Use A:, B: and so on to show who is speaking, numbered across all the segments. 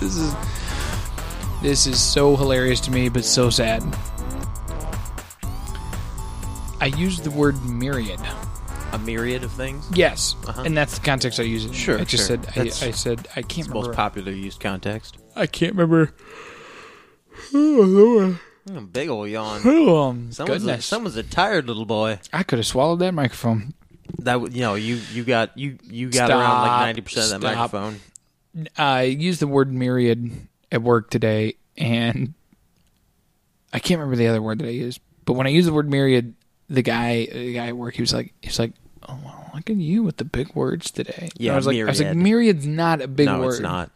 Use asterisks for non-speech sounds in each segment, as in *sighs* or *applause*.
A: This is this is so hilarious to me, but so sad. I use the word myriad.
B: a myriad of things.
A: Yes, and that's the context I use it. in.
B: Sure,
A: I just
B: sure.
A: said I,
B: That's-
A: I said I can't remember.
B: popular used context.
A: I can't remember.
B: Hmm, Big
A: *laughs*
B: ol' yawn.
A: Oh um, goodness!
B: someone's a tired little boy.
A: I could have swallowed that microphone.
B: That you know, you you got you you got
A: around, like, Stop. 90% of that Stop. microphone. I used the word myriad at work today, and I can't remember the other word that I used. But when I used the word myriad, the guy, the guy at work, he was like, he's like, "Oh, well, look at you with the big words today." And
C: Yeah,
A: I was like, I was like,
C: myriad.
A: myriad's not a big
C: no,
A: word.
C: it's not.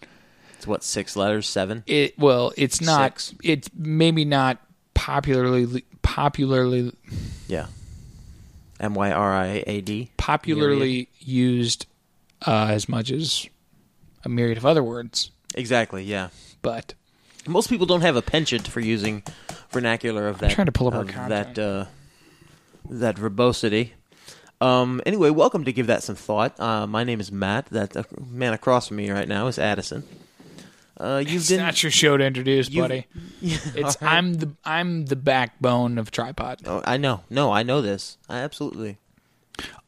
C: It's what six letters? Seven?
A: It well, it's not.
C: Six.
A: It's maybe not popularly popularly
C: Yeah. M y r i a d.
A: popularly used uh, as much as a myriad of other words,
C: Exactly. Yeah.
A: but.
C: Most people don't have a penchant for using vernacular of that.
A: trying to pull up our
C: of
A: content.
C: that uh, that verbosity. Um, anyway, welcome to give that some thought. Uh, my name is Matt. That uh, man across from me right now is Addison.
A: *laughs*
C: Uh, you've
A: It's
C: been
A: not your show to introduce,
C: you've- *laughs*
A: buddy. it's I'm the I'm the backbone of tripod.
C: Oh, I know. No, I know this. I absolutely.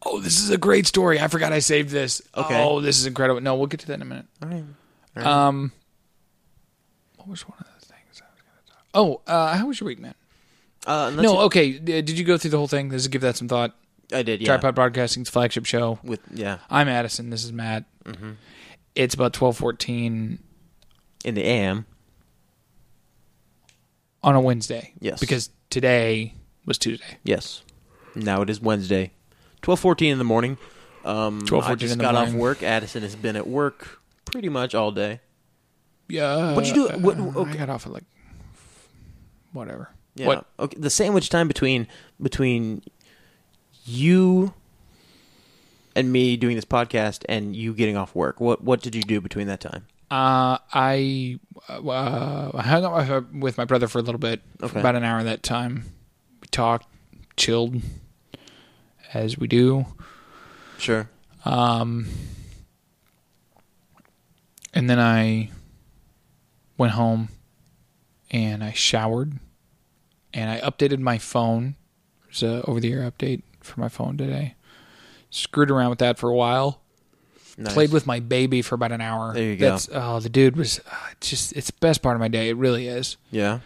A: Oh, this is a great story. I forgot I saved this.
C: Okay.
A: Oh, this is incredible. No, we'll get to that in a minute.
C: All right.
A: Um, what was one of the things I was going to talk? Oh, uh, how was your week, man?
C: Uh,
A: No, oh, okay. d- Did you go through the whole thing? This is give that some thought.
C: I did. Yeah.
A: Tripod Broadcasting's flagship show.
C: with yeah
A: I'm Addison. This is Matt.
C: Mm-hmm.
A: It's about twelve fourteen
C: in the AM.
A: on a Wednesday.
C: Yes.
A: because today was Tuesday.
C: Yes. Now it is Wednesday, twelve fourteen in the morning. Um,
A: 12:14
C: I just
A: in the
C: got off
A: morning.
C: work. Addison has been at work pretty much all day.
A: Yeah.
C: What'd you do- what-
A: I
C: okay.
A: got off at like whatever.
C: Yeah.
A: What?
C: Okay. The sandwich time between between you and me doing this podcast and you getting off work. What What did you do between that time?
A: Uh, I uh, I hung out with her- with my brother for a little bit, for
C: Okay.
A: about an hour that time. We talked, chilled, as we do, Um,
C: Sure.
A: and then I went home and I showered and I updated my phone. There's a over the air update for my phone today. Screwed around with that for a while.
C: Nice.
A: Played with my baby for about an hour.
C: There you go.
A: That's, oh, the dude was uh, just, it's the best part of my day. It really is.
C: Yeah.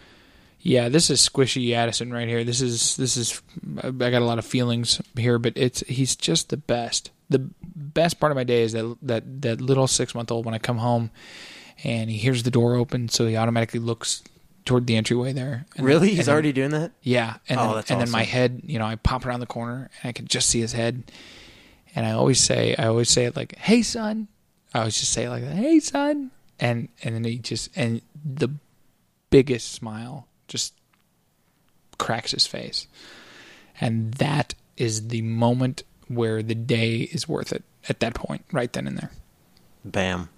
A: Yeah, this is squishy Addison right here. This is this is I got a lot of feelings here, but it's he's just the best. The best part of my day is that that that little 6-month-old when I come home and he hears the door open, so he automatically looks toward the entryway there. And
C: Really?
A: and
C: He's already doing that.
A: Yeah, and
C: Oh,
A: then,
C: that's
A: and then my
C: awesome.
A: head, you know, I pop around the corner and I can just see his head. And I always say I always say it like, "Hey son." I always just say it like, that, "Hey son." And and then he just and the biggest smile just cracks his face. And that is the moment where the day is worth it at that point, right then and there.
C: Bam.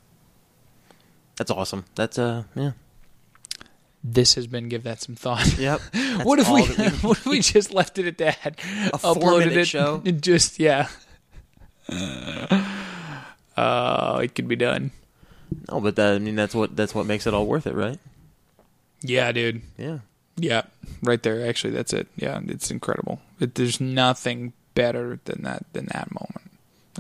C: That's awesome. That's uh
A: *laughs*
C: yeah.
A: This has been give that some thought. *laughs*
C: Yep. That's
A: what if
C: all
A: we,
C: that we-
A: *laughs* what if we just left it at that?
C: A
A: uploaded
C: four-minute
A: it.
C: show?
A: and Just yeah. *laughs* Oh, it could be done.
C: No, but that, I mean that's what that's what makes it all worth it, right?
A: Yeah, dude.
C: Yeah.
A: Yeah, right there. Actually, that's it. Yeah, it's incredible. It, there's nothing better than that than that moment.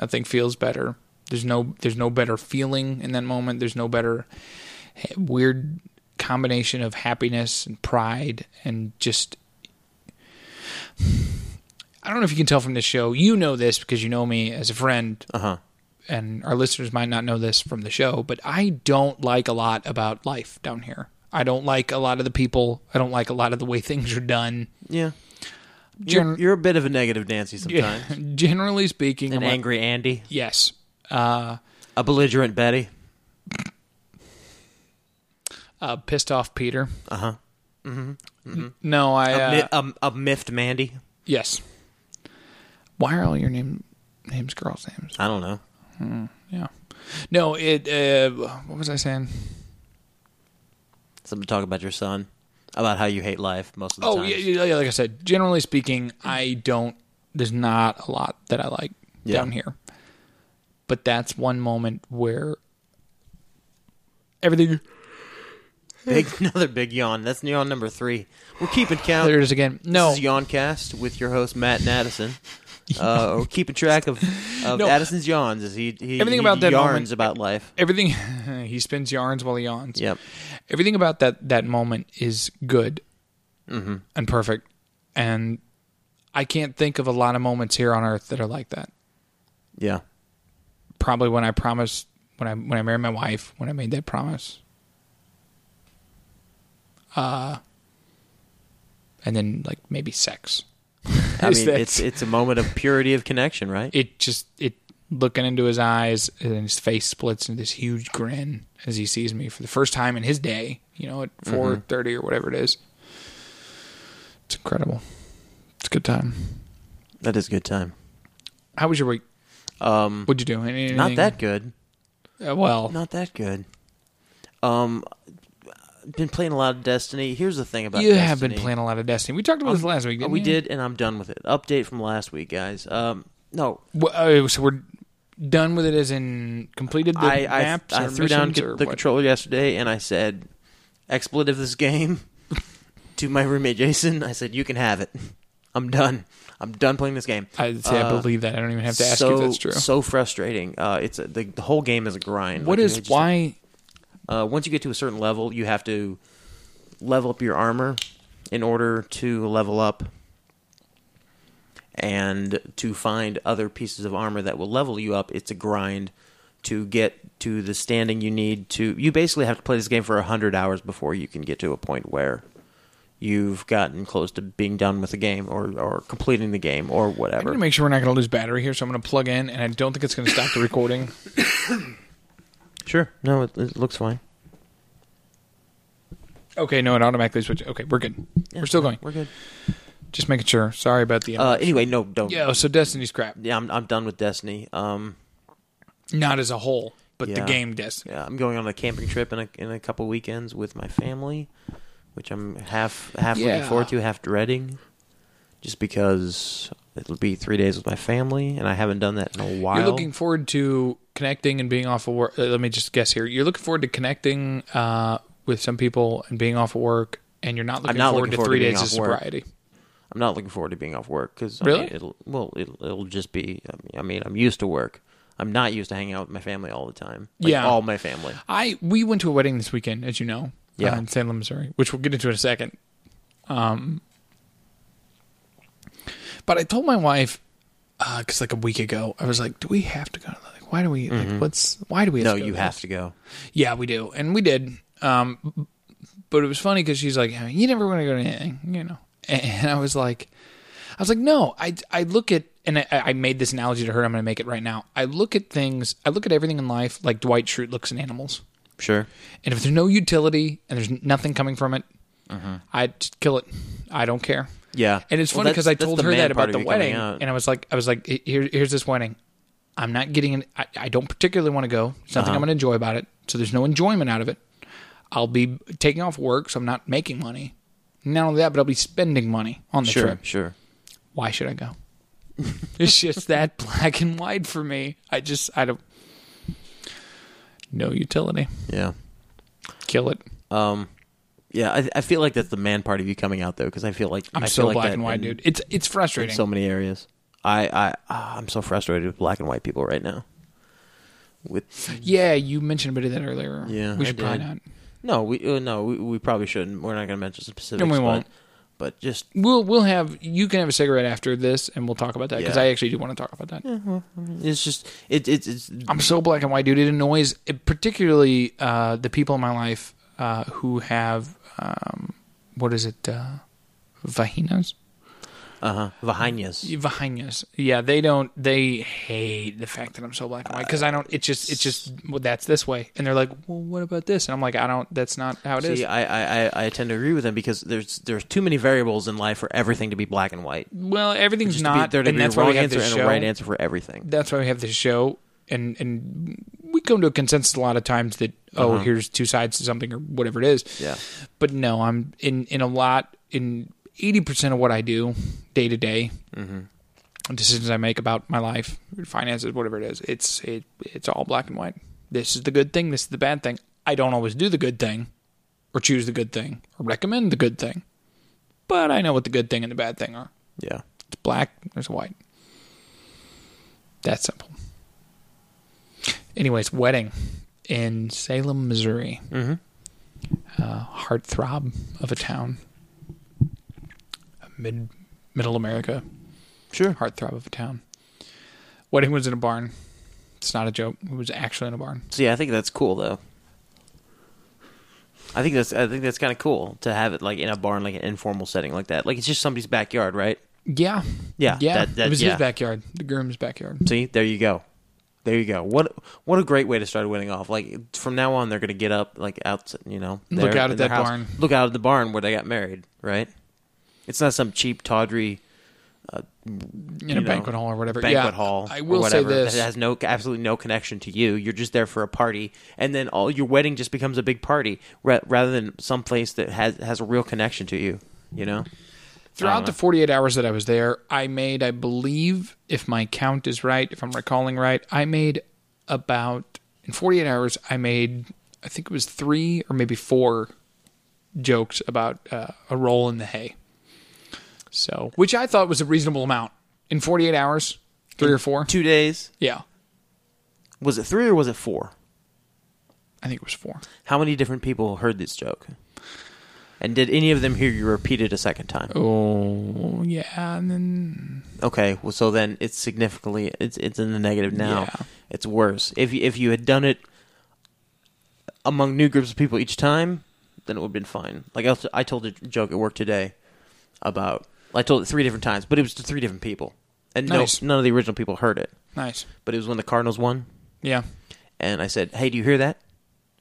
A: Nothing feels better. There's no there's no better feeling in that moment. There's no better ha- weird combination of happiness and pride and just. *sighs* I don't know if you can tell from this show. You know this because you know me as a friend
C: Uh huh.
A: and our listeners might not know this from the show, but I don't like a lot about life down here. I don't like a lot of the people. I don't like a lot of the way things are done.
C: Yeah.
A: Gen-
C: You're, you're a bit of a negative Nancy
A: *laughs*
C: sometimes.
A: Generally speaking,
C: An
A: I'm like-
C: angry Andy.
A: yes.
C: A belligerent Betty.
A: uh, pissed off Peter. Uh huh. Mm-hmm. No, I.
C: A,
A: Uh,
C: mi- a, a miffed Mandy.
A: yes. Why are all your name names girls' names?
C: I don't know.
A: Yeah. No, it. Uh, what was I saying?
C: Something to talk about your son, about how you hate life most of the
A: Oh,
C: time.
A: yeah, yeah, yeah, like I said, generally speaking, I don't. There's not a lot that I like
C: Yeah.
A: down here, but that's one moment where everything.
C: Big, *laughs* another big yawn. That's yawn number three. We're keeping count.
A: There it is again. No,
C: This is Yawncast with your host Matt and Addison.
A: *laughs*
C: Uh, we're keeping track of, of
A: No.
C: Addison's yawns as he, he
A: Everything
C: he
A: about that
C: yarns
A: moment-
C: about life.
A: everything. *laughs* he spins yarns while he yawns.
C: Yep.
A: everything about that that moment is good
C: Mm-hmm.
A: and perfect and i can't think of a lot of moments here on earth that are like that *laughs*
C: Yeah.
A: probably when i promised when i when i married my wife when i made that promise uh and then like maybe sex
C: *laughs* I
A: Is
C: mean,
A: that-
C: it's it's a moment of purity of connection, right?
A: it just it looking into his eyes and his face splits into this huge grin as he sees me for the first time in his day you know at
C: Mm-hmm.
A: 4.30 or whatever it is it's incredible it's a good time
C: that is a good time.
A: how was your week
C: Um,
A: what'd you do Anything?
C: not that good.
A: uh, well
C: Oh. Not that good. Um, been playing a lot of Destiny. Here's the thing about
A: you have been
C: Destiny.
A: playing a lot of destiny we talked about this last week
C: Oh,
A: didn't
C: we
A: you?
C: did, and I'm done with it. Update from last week, guys. Um, no,
A: Well, uh, so we're done with it as in completed the
C: I I,
A: maps
C: I
A: or
C: threw down
A: missions
C: co-
A: or
C: the
A: what?
C: controller yesterday, and I said, "Expletive this game." *laughs* to my roommate Jason, I said, "You can have it. *laughs* I'm done. I'm done playing this game."
A: I'd say I
C: Uh,
A: believe that. I don't even have to ask
C: so,
A: you if that's true.
C: So frustrating. Uh, it's a, the, the whole game is a grind.
A: what
C: Like,
A: is
C: they just-
A: why?
C: Uh, once you get to a certain level, you have to level up your armor in order to level up and to find other pieces of armor that will level you up. It's a grind to get to the standing you need to. You basically have to play this game for 100 hours before you can get to a point where you've gotten close to being done with the game or, or completing the game or
A: I'm
C: whatever.
A: going to make sure we're not going to lose battery here, so I'm going to plug in, and I don't think it's going to
C: *laughs*
A: stop the recording.
C: sure. No, it, it looks fine.
A: Okay, no, it automatically switches. Okay, we're good. we're still going.
C: We're good.
A: Just making sure. Sorry about the.
C: Uh, anyway, no, don't.
A: yeah, so Destiny's crap.
C: yeah I'm, I'm done with Destiny. Um,
A: Not as a whole, but the
C: Yeah.
A: game Destiny.
C: Yeah, I'm going on a camping trip in a in a couple weekends with my family, which I'm half half
A: Yeah.
C: looking forward to, half dreading, just because it'll be three days with my family, and I haven't done that in a while.
A: You're looking forward to connecting and being off of work. Uh, let me just guess here. You're looking forward to connecting uh, with some people and being off of work, and you're not looking
C: not
A: forward
C: looking
A: to three
C: forward to being
A: days of
C: off work.
A: sobriety.
C: I'm not looking forward to being off work because I
A: Really?
C: mean, it'll well, it'll, it'll just be. I mean, I mean, I'm used to work. I'm not used to hanging out with my family all the time. Like,
A: Yeah.
C: all my family.
A: I we went to a wedding this weekend, as you know,
C: Yeah.
A: uh, in Salem, Missouri, which we'll get into in a second. Um, but I told my wife because like a week ago, I was like, "Do we have to go? to Like, why do we? Like, what's why do we?
C: Mm-hmm. No,
A: to go
C: you
A: to
C: have
A: this?
C: to go.
A: Yeah, we do, and we did. Um, but it was funny because she's like, "You never want to go to anything," you know. And I was like, I was like, no, I I look at and I, I made this analogy to her. I'm going to make it right now. I look at things. I look at everything in life like Dwight Schrute looks at animals.
C: Sure.
A: And if there's no utility and there's nothing coming from it, I'd just kill it. I don't care.
C: Yeah.
A: And it's
C: Well,
A: funny because
C: that's-
A: I
C: that's
A: told
C: the
A: her
C: man
A: that
C: part
A: about
C: of
A: the
C: you coming
A: wedding,
C: out.
A: and I was like, I was like, Here, here's this wedding. I'm not getting in. I, I don't particularly want to go. It's nothing
C: Uh-huh.
A: I'm going to enjoy about it. So there's no enjoyment out of it. I'll be taking off work, so I'm not making money. Not only that, but I'll be spending money on the
C: Sure.
A: trip.
C: Sure.
A: Why should I go? *laughs* it's just that *laughs* black and white for me. I just I don't. No utility.
C: Yeah.
A: Kill it.
C: Um, yeah, I, I feel like that's the man part of you coming out though, because I feel like
A: I'm
C: I
A: so
C: feel like
A: black
C: that
A: and white,
C: in-
A: dude. It's it's
C: In
A: frustrating.
C: so many areas, I I ah, I'm so frustrated with black and white people right now. With
A: yeah, you mentioned a bit of that earlier.
C: Yeah,
A: we
C: I
A: should probably
C: did.
A: not.
C: no, we uh, no, we, we probably shouldn't. We're not going to mention specifics.
A: And we
C: but-
A: won't.
C: But, just
A: We'll we'll have you can have a cigarette after this, and we'll talk about that because
C: Yeah.
A: I actually do want to talk about that.
C: it's just it, it's it's
A: I'm so black and white, dude. It annoys it, particularly uh, the people in my life uh, who have um, what is it, uh, vaginas?
C: Uh huh. Vahinas.
A: Vahinas. Yeah, they don't. They hate the fact that I'm so black and white because I don't. It just. It just. Well, that's this way, and they're like, "Well, what about this?" And I'm like, "I don't. That's not how it is."
C: See, I, I, I, I tend to agree with them because there's there's too many variables in life for everything to be black and white.
A: well, everything's
C: Just to be-
A: not.
C: there to
A: and
C: be a
A: that's why
C: wrong
A: we have
C: answer
A: this
C: and
A: show.
C: a right answer for everything.
A: That's why we have this show, and and we come to a consensus a lot of times that oh, here's two sides to something or whatever it is.
C: Yeah.
A: But no, I'm in in a lot in eighty percent of what I do day to day. Decisions I make about my life, finances, whatever it is, it's it it's all black and white. This is the good thing. This is the bad thing. I don't always do the good thing, or choose the good thing, or recommend the good thing, but I know what the good thing and the bad thing are.
C: Yeah.
A: It's black, there's white. That simple. Anyways, wedding in Salem, Missouri. Mm-hmm. Uh, heartthrob of a town. Mid middle America. Sure. Heartthrob of a town. Wedding was in a barn. It's not a joke. It was actually in a barn.
C: See, I think that's cool though. I think that's I think that's kind of cool to have it like in a barn, like an informal setting like that. Like it's just somebody's backyard, right?
A: Yeah.
C: Yeah,
A: Yeah.
C: that- that-
A: it was
C: yeah.
A: his backyard. The groom's backyard.
C: See, there you go, there you go. What what a great way to start winning off. Like from now on, they're gonna get up like out, you know,
A: Look
C: there
A: out at
C: in their
A: that
C: house.
A: barn.
C: Look out at the barn where they got married, right? It's not some cheap tawdry
A: In
C: you
A: a
C: know,
A: banquet hall or whatever.
C: Banquet
A: yeah.
C: hall.
A: I
C: or
A: will say
C: whatever,
A: this.
C: That has no absolutely no connection to you. You're just there for a party, and then all your wedding just becomes a big party ra- rather than some place that has has a real connection to you. You know.
A: Throughout the 48 hours that I was there, I made, I believe, if my count is right, if I'm recalling right, I made about, in 48 hours, I made, I think it was three or maybe four jokes about uh, a roll in the hay. So, which I thought was a reasonable amount. In 48 hours, three or four?
C: Two days
A: Yeah,
C: was it three or was it four?
A: I think it was four.
C: How many different people heard this joke? And did any of them hear you repeat it a second time?
A: Oh, yeah. And then,
C: Okay, well, so then it's significantly it's it's in the negative now.
A: Yeah.
C: It's worse. If you, if you had done it among new groups of people each time, then it would have been fine. Like I, was- I told a joke at work today about I told it three different times, but it was to three different people, and
A: Nice.
C: no none of the original people heard it.
A: nice.
C: But it was when the Cardinals won,
A: Yeah.
C: and I said, "Hey, do you hear that?"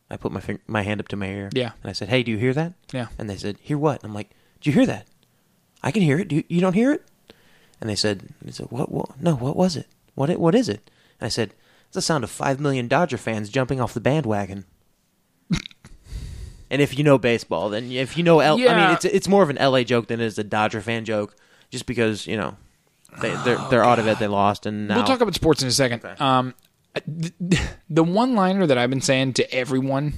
C: I put my fing- my hand up to my ear.
A: Yeah.
C: And I said, "Hey, do you hear that?"
A: Yeah.
C: And they said, "Hear what?" And I'm like, "Do you hear that? I can hear it. Do you, you don't hear it?" And they said, "They said what? What? No. What was it? What? It, what is it?" And I said, "It's the sound of five million Dodger fans jumping off the
A: *laughs*
C: bandwagon." and if you know baseball, then if you know, L- I mean,
A: Yeah.
C: it's it's more of an LA joke than it is a Dodger fan joke, just because you know. They, they're they're out of it. They lost, and now
A: Oh, We'll talk about sports in a second. Um, *laughs* the, the one liner that I've been saying to everyone,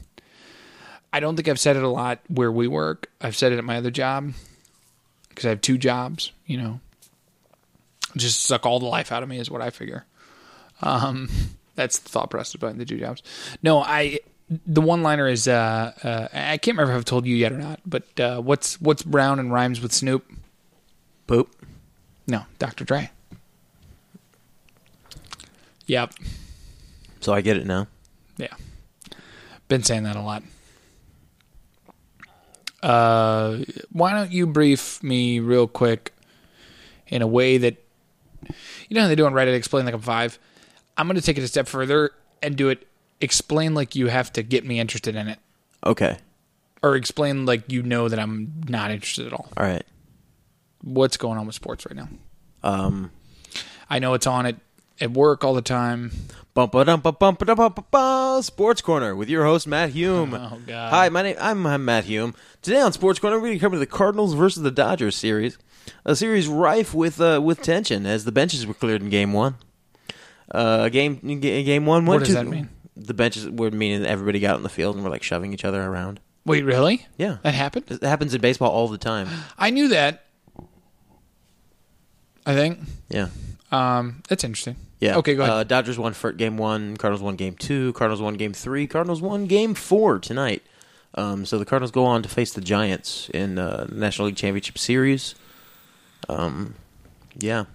A: I don't think I've said it a lot where we work. I've said it at my other job because I have two jobs. You know, just suck all the life out of me is what I figure. Um, *laughs* that's the thought process behind the two jobs. No, I. The one liner is uh, uh, I can't remember if I've told you yet or not, but uh, what's what's brown and rhymes with Snoop?
C: poop.
A: No, Dr. Dre. Yep.
C: So I get it now.
A: Yeah. Been saying that a lot. Uh, why don't you brief me real quick in a way that you know how they do on Reddit explain like I'm five? I'm gonna take it a step further and do it explain like you have to get me interested in it.
C: Okay,
A: Or explain like you know that I'm not interested at all.
C: all right.
A: What's going on with sports right now?
C: Um,
A: I know it's on at, at work all the time.
C: Bum ba dum ba bum ba dum ba ba ba Sports Corner with your host Matt Hume.
A: Oh, God.
C: Hi, my name I'm, I'm Matt Hume. Today on Sports Corner, we're going to cover the Cardinals versus the Dodgers series, a series rife with uh, with tension as the benches were cleared in Game One. Uh, game g- Game One went
A: What does
C: to
A: that mean?
C: the benches were meaning that everybody got on the field and were like shoving each other around.
A: Wait, really?
C: Yeah,
A: That happened?
C: It happens in baseball all the
A: *gasps*
C: time.
A: I knew that. I think.
C: Yeah.
A: Um, that's interesting.
C: Yeah.
A: Okay, go ahead.
C: Uh, Dodgers won for game one. Cardinals won game two. Cardinals won game three. Cardinals won game four tonight. Um, so the Cardinals go on to face the Giants in uh, National League Championship Series. Um, yeah.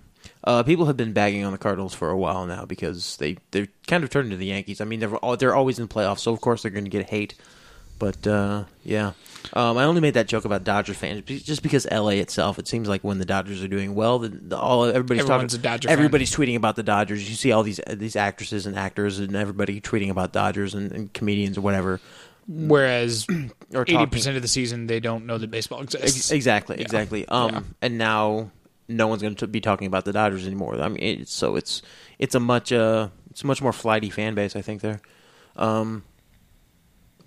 C: Uh, people have been bagging on the Cardinals for a while now because they they kind of turned into the Yankees. I mean, they're all, they're always in playoffs, so of course they're going to get hate. But uh, yeah, um, I only made that joke about Dodger fans be- just because LA itself. It seems like when the Dodgers are doing well, the, the, all everybody's
A: Everyone's
C: talking.
A: a Dodger fan.
C: everybody's tweeting about the Dodgers. You see all these uh, these actresses and actors and everybody tweeting about Dodgers and, and comedians or whatever.
A: Whereas
C: *clears throat* Or
A: eighty
C: talking.
A: percent of the season they don't know that baseball exists.
C: Ex- exactly,
A: Yeah.
C: exactly. Um,
A: Yeah.
C: and now no one's going to be talking about the Dodgers anymore. I mean, it's so it's it's a much uh it's a much more flighty fan base. I think there. Um,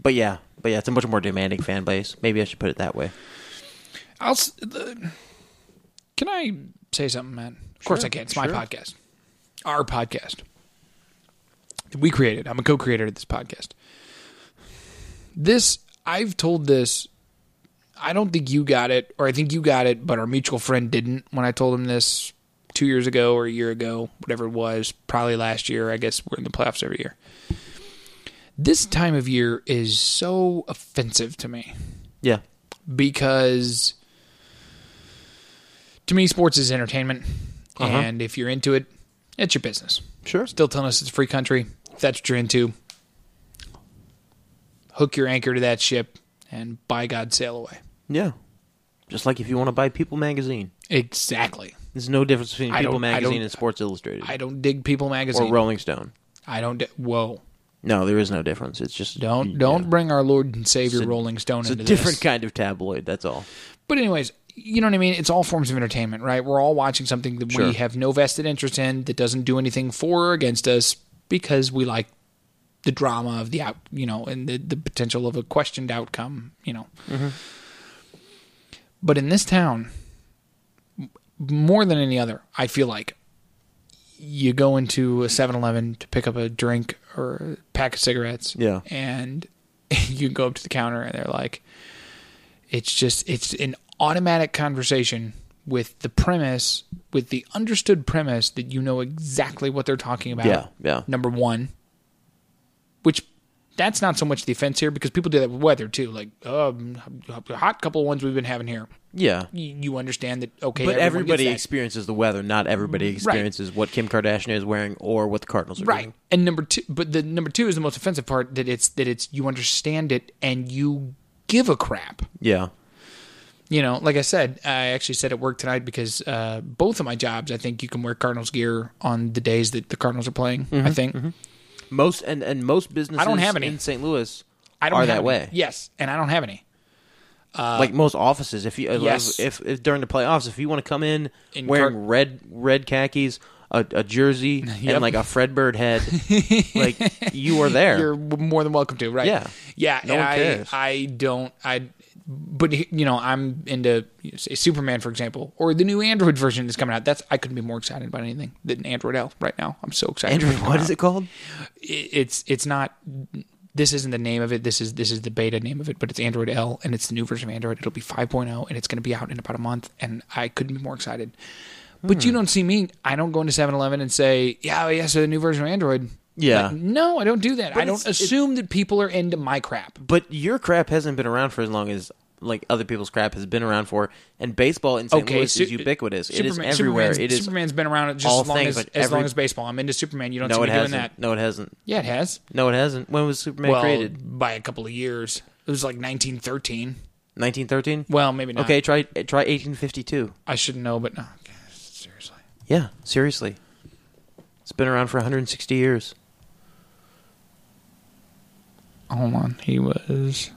C: but yeah, but yeah, it's a much more demanding fan base. Maybe I should put it that way.
A: I'll. s- The, can I say something, Matt? Of course I can. It's my podcast, our podcast. We created. I'm a co-creator of this podcast. This I've told this. I don't think you got it, or I think you got it, but our mutual friend didn't. When I told him this two years ago or a year ago, whatever it was, probably last year. I guess we're in the playoffs every year. This time of year is so offensive to me
C: Yeah,
A: because to me, sports is entertainment,
C: Uh-huh.
A: and if you're into it, it's your business.
C: Sure.
A: Still telling us it's a free country. If that's what you're into, hook your anchor to that ship and by God, sail away.
C: yeah. Just like if you want to buy People magazine,
A: Exactly.
C: there's no difference between
A: I
C: People
A: don't- I
C: magazine
A: don't-
C: and Sports Illustrated
A: I don't dig People
C: or
A: Magazine.
C: Rolling Stone.
A: I don't. Di- Whoa!
C: No, there is no difference. It's just
A: Don't
C: yeah.
A: don't bring our Lord and Savior
C: It's a-
A: Rolling Stone
C: It's a
A: into
C: different
A: this.
C: kind of tabloid. That's all.
A: But anyways, you know what I mean? It's all forms of entertainment, right? We're all watching something that
C: Sure.
A: we have no vested interest in that doesn't do anything for or against us because we like the drama of the out, you know, and the, the potential of a questioned outcome, you know.
C: Mm-hmm.
A: But in this town, m- more than any other, I feel like you go into a 7-Eleven to pick up a drink or a pack of cigarettes.
C: Yeah.
A: And *laughs* you go up to the counter and they're like, it's just it's an automatic conversation with the premise with the understood premise that you know exactly what they're talking about
C: Yeah, yeah.
A: number one which that's not so much the offense here because people do that with weather too like um a hot couple of ones we've been having here
C: Yeah.
A: you, you understand that okay
C: But
A: everyone gets
C: everybody
A: that.
C: experiences the weather. Not everybody experiences what Kim Kardashian is wearing or what the Cardinals are
A: right
C: doing.
A: and number two but the number two is the most offensive part that it's that it's you understand it and you give a crap
C: Yeah.
A: you know, like I said, I actually said at work tonight because uh, both of my jobs, I think you can wear Cardinals gear on the days that the Cardinals are playing.
C: Mm-hmm,
A: I think
C: Most and, and most businesses
A: have any.
C: in St. Louis
A: I don't
C: are
A: have
C: that
A: any.
C: way.
A: Yes, and I don't have any.
C: like most offices, if you
A: Uh, Yes.
C: if, if during the playoffs, if you want to come in,
A: In
C: wearing
A: Car-
C: red red khakis, a, a
A: *laughs*
C: jersey,
A: Yep.
C: and like a Fredbird
A: *laughs*
C: head, like you are there.
A: You're more than welcome to, right?
C: Yeah.
A: yeah.
C: No
A: and
C: one
A: I,
C: cares.
A: I don't. I, but you know, I'm into say Superman, for example, or the new Android version that's coming out. That's I couldn't be more excited about anything than Android L right now. I'm so excited.
C: Andrew, what
A: *laughs*
C: is it called?
A: it- it's it's not this isn't the name of it this is this is the beta name of it but it's android l and it's the new version of android it'll be 5.0 and it's going to be out in about a month and i couldn't be more excited but
C: Hmm.
A: you don't see me i don't go into 7-eleven and say yeah oh, yeah so the new version of android
C: Yeah.
A: Like, no i don't do that i don't
C: it's- it-
A: assume that people are into my crap
C: But your crap hasn't been around for as long as like other people's crap has been around for. And baseball in St. Louis
A: Su-
C: is ubiquaous. it is
A: Superman-
C: everywhere.
A: Superman's,
C: it is
A: Superman's been around just
C: all
A: as long
C: things,
A: as
C: like
A: as
C: every-
A: long as baseball. I'm into Superman. You don't
C: No,
A: see
C: it
A: me
C: hasn't.
A: doing that.
C: No, it hasn't.
A: Yeah, it has.
C: No, it hasn't. When was Superman
A: well,
C: created?
A: by a couple of years. It was like 1913.
C: 1913.
A: Well, maybe not.
C: okay, try try 1852.
A: I should know, but no. Seriously.
C: Yeah, seriously, it's been around for 160 years.
A: Hold on. He was.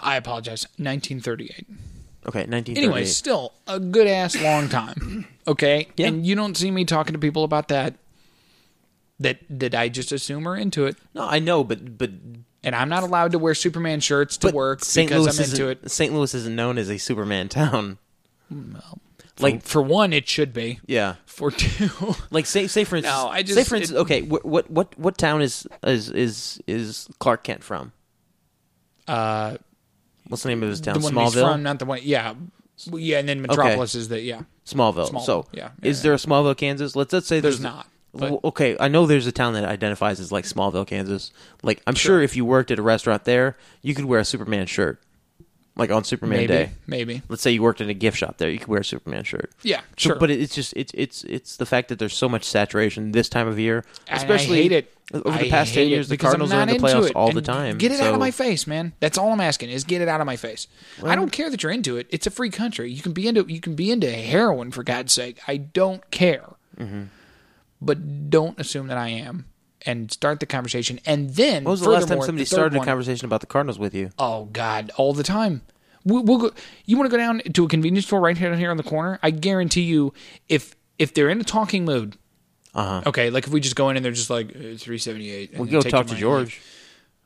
A: I apologize. 1938.
C: Okay, 1938.
A: Anyway, still a good ass
C: *clears throat*
A: long time. Okay?
C: Yeah.
A: And you don't see me talking to people about that that that I just assume are into it.
C: no, I know, but but
A: And I'm not allowed to wear Superman shirts to
C: but
A: work
C: St.
A: because
C: Louis
A: I'm into
C: isn't-
A: it.
C: St. Louis isn't known as a Superman town. like
A: For one, it should be.
C: yeah,
A: For two,
C: like say say for instance,
A: No, I
C: say
A: just-
C: for instance,
A: it-
C: okay, what what what what town is is is is Clark Kent from?
A: uh,
C: What's the name of his town?
A: *laughs* the one
C: Smallville.
A: he's from, not the one. Yeah, Well, yeah, and then Metropolis is the yeah.
C: Smallville.
A: Small-
C: So,
A: yeah,
C: is
A: yeah,
C: there a Smallville, Kansas? Let's let's say
A: There's
C: there's
A: not, but-
C: Well, okay, I know there's a town that identifies as like Smallville, Kansas. Like I'm sure if you worked at a restaurant there, you could wear a Superman shirt. like on Superman
A: maybe,
C: Day.
A: maybe.
C: Let's say you worked in a gift shop there, you could wear a Superman shirt.
A: Yeah,
C: So-
A: sure.
C: but it- it's just it's it's it's the fact that there's so much saturation this time of year,
A: And I
C: especially
A: hate it.
C: over
A: I
C: the past ten
A: hate it
C: years. The
A: because I'm
C: Cardinals are in
A: not
C: the
A: into
C: playoffs
A: it.
C: all the
A: And
C: time.
A: Get it out
C: so-
A: of my face, man. That's all I'm asking is get it out of my face. I don't care that you're into it. It's a free country. You can be into you can be into heroin for God's sake. I don't care.
C: Mm-hmm.
A: But don't assume that I am, and start the conversation. And then
C: When was the last time
A: furthermore,
C: somebody
A: the third
C: started a
A: one-
C: conversation about the Cardinals with you?
A: Oh God, all the time. We'll, we'll go. You want to go down to a convenience store right here, here on the corner? I guarantee you, if if they're in a talking mood, uh okay, like if we just go in and they're just like three seventy eight,
C: We Uh-huh. go talk to George,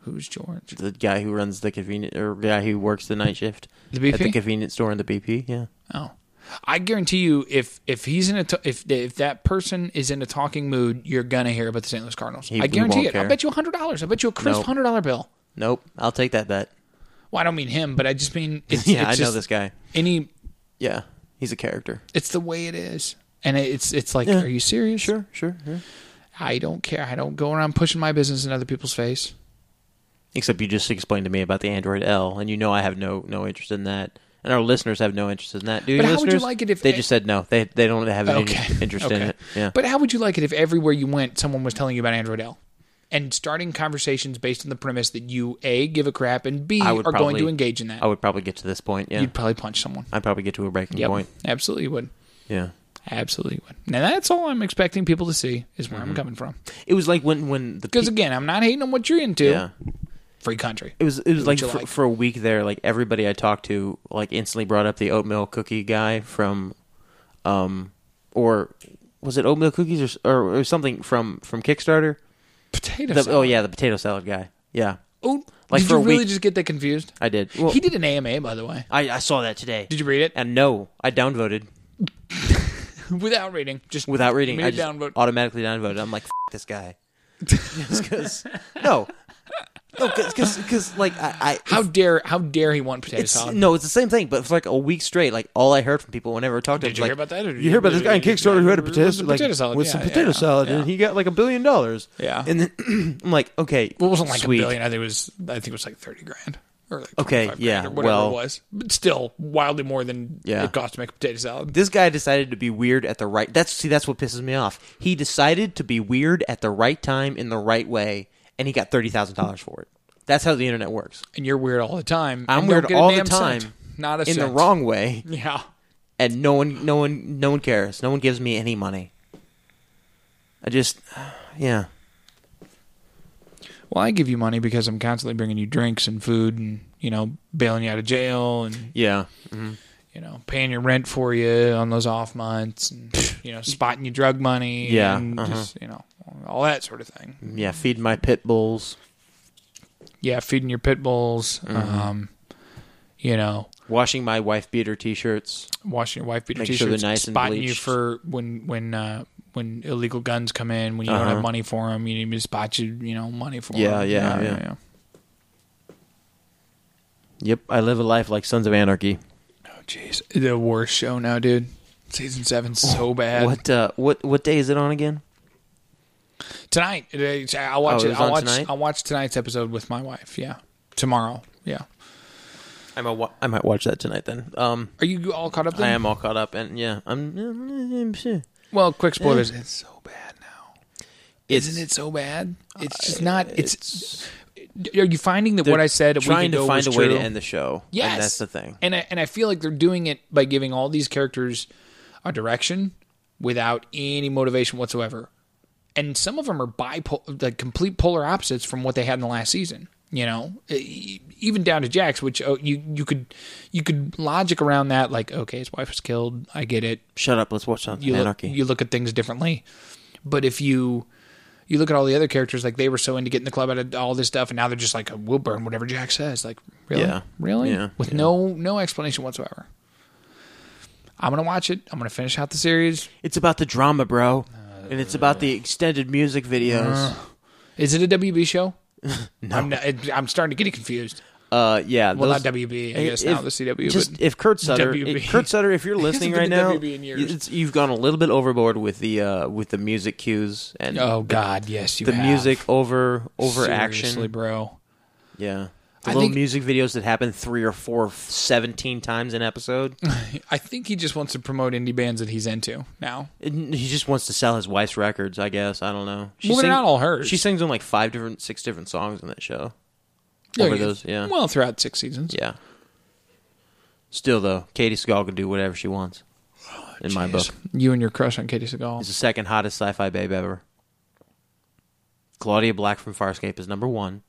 A: Who's George?
C: the guy who runs the convenient or guy who works the night shift
A: The BP?
C: at the convenience store in the BP. Yeah,
A: Oh, I guarantee you, if if he's in a t- if if that person is in a talking mood, you're gonna hear about the St. Louis Cardinals.
C: He-
A: I
C: he
A: guarantee
C: won't
A: it. I
C: care.
A: bet you hundred dollars. I bet you a crisp
C: Nope.
A: hundred dollar bill.
C: nope. I'll take that
A: *laughs*
C: bet.
A: Well, I don't mean him, but I
C: *laughs*
A: just mean it's,
C: Yeah,
A: it's
C: I know
A: just
C: this guy.
A: Any,
C: Yeah, he's a character.
A: it's the way it is, and it's it's like,
C: Yeah.
A: are you serious?
C: Sure, sure. sure.
A: I don't care. I don't go around pushing my business in other people's face.
C: Except you just explained to me about the Android L, and you know I have no no interest in that, and our listeners have no interest in that. Do
A: But
C: your
A: how would you
C: listeners?
A: like it if
C: they
A: it-
C: just said no? They they don't have any
A: Okay.
C: *laughs* interest in
A: Okay.
C: it. Yeah,
A: But how would you like it if everywhere you went, someone was telling you about Android L? And starting conversations based on the premise that you A, give a crap, and B,
C: I
A: are
C: would
A: going
C: probably-
A: to engage in that.
C: I would probably get to this point. Yeah,
A: You'd probably punch someone.
C: I'd probably get to a breaking
A: Yep.
C: point.
A: Absolutely would.
C: Yeah.
A: Absolutely would. Now, that's all I'm expecting people to see is
C: Mm-hmm.
A: where I'm coming from.
C: It was like when when the
A: Because,
C: pe-
A: again, I'm not hating on what you're into.
C: yeah.
A: Free country.
C: It was it was like
A: you
C: for,
A: like?
C: for a week there, like everybody I talked to, like instantly brought up the oatmeal cookie guy from, um, or was it oatmeal cookies or or, or something from from Kickstarter?
A: Potato
C: The,
A: salad.
C: oh yeah, the potato salad guy. Yeah,
A: Oh,
C: Like,
A: did
C: for
A: you
C: a
A: really
C: week-
A: just get that confused?
C: I did. Well,
A: he did an AMA, by the way.
C: I, I saw that today.
A: Did you read it?
C: And no, I downvoted
A: *laughs* Without reading. Just
C: without reading.
A: Made
C: I
A: a
C: just
A: downvote.
C: automatically downvoted. I'm like, F- this
A: *laughs*
C: guy. *laughs* Just 'cause- no, no, because like I, I
A: How dare how dare he want potato
C: It's-
A: salad?
C: no, it's the same thing, but for like a week straight, like all I heard from people whenever I talked to
A: Did
C: them,
A: you
C: like,
A: hear about that? Or did
C: you hear about this guy in Kickstarter who had a potato,
A: With
C: like,
A: potato salad,
C: with
A: yeah,
C: some
A: yeah,
C: potato
A: yeah.
C: salad, and he got like a billion dollars.
A: Yeah.
C: and then *clears throat* I'm like, okay,
A: Well, it wasn't like
C: sweet.
A: a billion. I think it was. I think it was like thirty grand or like
C: Okay,
A: 25
C: yeah,
A: grand or whatever
C: well-
A: it was. But still, wildly more than
C: Yeah.
A: it cost to make a potato salad.
C: This guy decided to be weird at the right. That's see, that's what pisses me off. He decided to be weird at the right time in the right way, and he got thirty thousand dollars for it. That's how the internet works.
A: And you're weird all the time.
C: I'm
A: and don't
C: weird
A: get a
C: all the
A: damn
C: time,
A: cent. Not a
C: in the
A: cent.
C: wrong way,
A: *laughs* Yeah.
C: and no one, no one, no one cares. No one gives me any money. I just, yeah.
A: Well, I give you money because I'm constantly bringing you drinks and food and you know bailing you out of jail and
C: Yeah.
A: you know paying your rent for you on those off months and you know spotting you drug money.
C: Yeah,
A: And
C: uh-huh.
A: Just you know all that sort of thing.
C: Yeah, feed my pit bulls,
A: yeah, feeding your pit bulls,
C: Mm-hmm.
A: um, you know,
C: washing my wife beater t-shirts.
A: washing your wife beater
C: Make sure
A: t-shirts,
C: they're nice and
A: spotting you
C: bleached.
A: for when when uh, when illegal guns come in, when you don't have money for them, you need me to spot you, you know, money for
C: Uh-huh. Yeah,
A: 'em.
C: yeah, yeah. Yep, I live a life like Sons of Anarchy.
A: Oh, jeez, the worst show now, dude. Season seven's so bad.
C: What uh what what day is it on again?
A: Tonight, it- it's- I'll watch
C: Oh, it
A: it.
C: was
A: I'll
C: on
A: watch.
C: tonight?
A: I'll watch tonight's episode with my wife. Yeah, tomorrow. Yeah.
C: I might wa- I might watch that tonight then. Um
A: Are you all caught up? Then?
C: I am all caught up and yeah, I'm
A: Well, quick spoilers. It's so bad now.
C: It's-
A: Isn't it so bad? It's just not. It's,
C: it's-
A: Are you finding that what I said a
C: trying
A: week
C: to
A: ago
C: find a
A: was
C: way
A: true?
C: to end the show.
A: Yes,
C: And that's the thing.
A: And I, and I feel like they're doing it by giving all these characters a direction without any motivation whatsoever. And some of them are bipolar, like complete polar opposites from what they had in the last season. You know, E- even down to Jax, which oh, you you could you could logic around that, like okay, his wife was killed. I get it
C: Shut up, let's watch Sons
A: you
C: of
A: look,
C: Anarchy.
A: you look at things differently. But if you you look at all the other characters, like they were so into getting the club out of all this stuff, and now they're just like we'll burn whatever Jack says. Like really,
C: Yeah.
A: really,
C: Yeah.
A: with
C: Yeah.
A: no no explanation whatsoever. I'm gonna watch it. I'm gonna finish out the series.
C: it's about the drama, bro. and it's about the extended music videos.
A: Is it a WB
C: *laughs*
A: show? no, I'm, not, it- I'm starting to get it confused.
C: Uh, yeah.
A: Well,
C: those-
A: not WB. I guess now the CW.
C: Just
A: but
C: if Kurt Sutter,
A: WB.
C: Kurt Sutter,
A: *laughs*
C: if you're listening right
A: been to
C: now,
A: WB in years.
C: it's- you've gone a little bit overboard with the uh, with the music cues and
A: oh God, yes, you
C: the
A: have.
C: music over over
A: Seriously,
C: action.
A: bro.
C: Yeah, The
A: I
C: little
A: think-
C: music videos that happen three or four, 17 times an
A: *laughs*
C: episode.
A: I think he just wants to promote indie bands that he's into now.
C: And he just wants to sell his wife's records, I guess. I don't know. She
A: Well, they're not all hers.
C: She sings on like five different, six different songs in that show.
A: Yeah,
C: Over
A: yeah.
C: those, yeah.
A: Well, throughout six seasons.
C: Yeah. Still, though, Katie Seagal can do whatever she wants. in my book,
A: Jeez. You and your crush on Katie Seagal.
C: is the second hottest sci-fi babe ever. Claudia Black from Farscape is number one.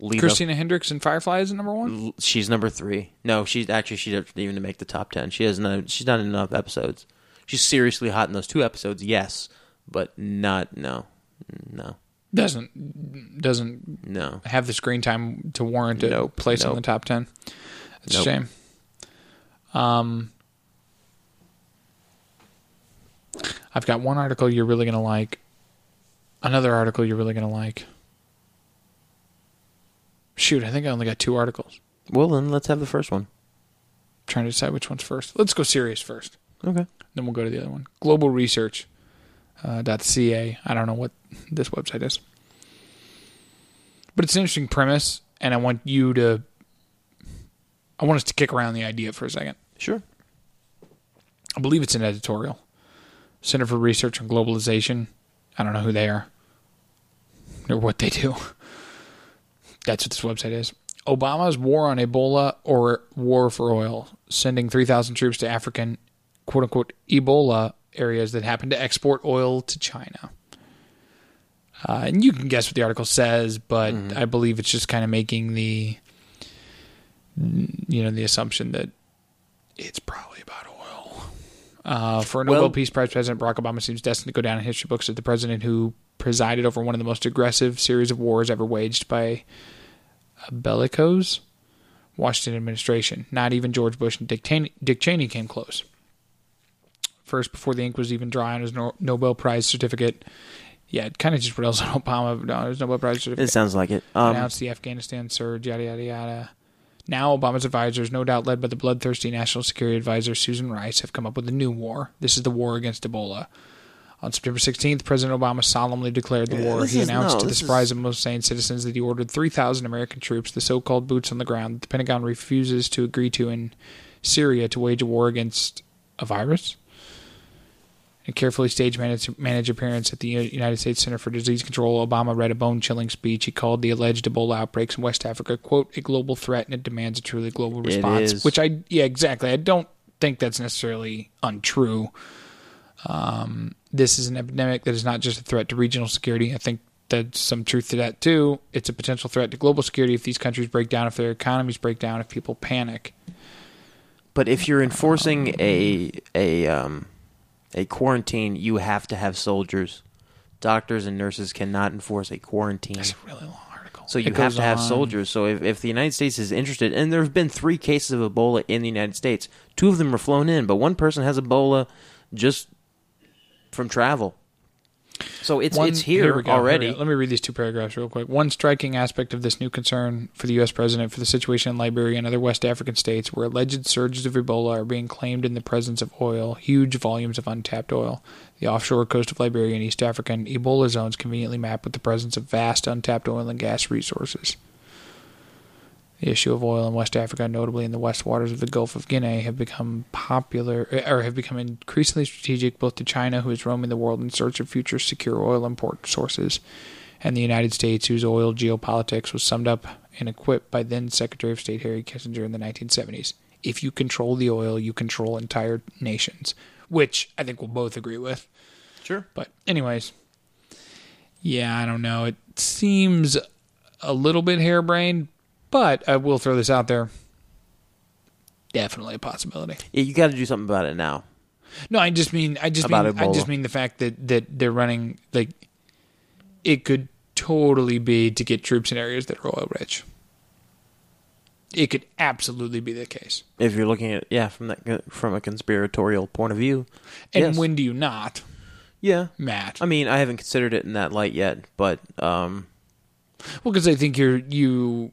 C: Lita,
A: Christina Hendricks and Firefly is number
C: Mm.
A: one.
C: she's number three. No, she's actually she didn't even make the top ten. She has no, she's not in enough episodes. She's seriously hot in those two episodes, yes, but not no, no,
A: Doesn't doesn't
C: no.
A: have the screen time to warrant a
C: Nope,
A: place in
C: nope.
A: the top ten. It's
C: Nope.
A: a shame. Um, I've got one article you're really gonna like. Another article you're really gonna like. Shoot, I think I only got two articles.
C: Well, then let's have the first one.
A: trying to decide which one's first. Let's go serious first.
C: Okay.
A: Then we'll go to the other one. Global Research. Uh, dot .ca. I don't know what this website is, but it's an interesting premise, and I want you to. I want us to kick around the idea for a second.
C: Sure.
A: I believe it's an editorial. Center for Research on Globalization. I don't know who they are or what they do. That's what this website is. Obama's war on Ebola or war for oil, sending 3,000 troops to African, quote unquote, Ebola areas that happen to export oil to China. Uh, and you can guess what the article says, but I believe it's just kind of making the, you know, the assumption that it's probably about oil. Uh, for a Nobel
C: Well-
A: Peace Prize, President Barack Obama seems destined to go down in history books as the president who presided over one of the most aggressive series of wars ever waged by a bellicose Washington administration. Not even George Bush and Dick Cheney, Dick Cheney came close. First, before the ink was even dry on his no- Nobel Prize certificate, yeah, it kind of just rails on Obama on his Nobel Prize certificate
C: It sounds like it. Um,
A: announced the Afghanistan surge, yada yada yada. Now, Obama's advisors, no doubt led by the bloodthirsty National Security Advisor Susan Rice, have come up with a new war. This is the war against Ebola. On September 16th, President Obama solemnly declared the war.
C: this
A: He
C: is-
A: announced
C: no,
A: to the
C: this
A: surprise
C: is-
A: of most sane citizens that he ordered 3,000 American troops, the so called boots on the ground, that the Pentagon refuses to agree to in Syria to wage a war against a virus and carefully stage manage, manage appearance at the U- United States Center for Disease Control, Obama read a bone chilling speech. He called the alleged Ebola outbreaks in West Africa, quote, a global threat and it demands a truly global response.
C: is.
A: Which I, yeah, exactly. I don't think that's necessarily untrue. Um, this is an epidemic that is not just a threat to regional security. I think there's some truth to that, too. It's a potential threat to global security if these countries break down, if their economies break down, if people panic.
C: but if you're enforcing a a um, a quarantine, you have to have soldiers. Doctors and nurses cannot enforce a quarantine.
A: It's a really long article.
C: So
A: It
C: you have
A: goes
C: to have
A: on.
C: soldiers. So if, if the United States is interested, and there have been three cases of Ebola in the United States, two of them were flown in, but one person has Ebola just from travel. So it's
A: One-
C: it's here,
A: we go.
C: already.
A: Here we go. Let me read these two paragraphs real quick. One striking aspect of this new concern for the U.S. president for the situation in Liberia and other West African states where alleged surges of Ebola are being claimed in the presence of oil, huge volumes of untapped oil. The offshore coast of Liberia and East Africa and Ebola zones conveniently map with the presence of vast untapped oil and gas resources. The issue of oil in West Africa, notably in the west waters of the Gulf of Guinea, have become popular eh, or have become increasingly strategic both to China, who is roaming the world in search of future secure oil import sources, and the United States, whose oil geopolitics was summed up and equipped by then Secretary of State Harry Kissinger in the 1970s. If you control the oil, you control entire nations, which I think we'll both agree with.
C: Sure.
A: But anyways, yeah, I don't know. It seems a little bit harebrained, but I will throw this out there. Definitely a possibility.
C: Yeah, you got to do something about it now.
A: No, I just mean I just
C: About
A: mean I just
C: Ebola.
A: mean the fact that that they're running like it could totally be to get troops in areas that are oil rich. It could absolutely be the case.
C: If you're looking at yeah from that from a conspiratorial point of view,
A: And
C: Yes.
A: when do you not,
C: yeah.
A: Matt?
C: I mean, I haven't considered it in that light yet, but um,
A: Well, because I think you're you.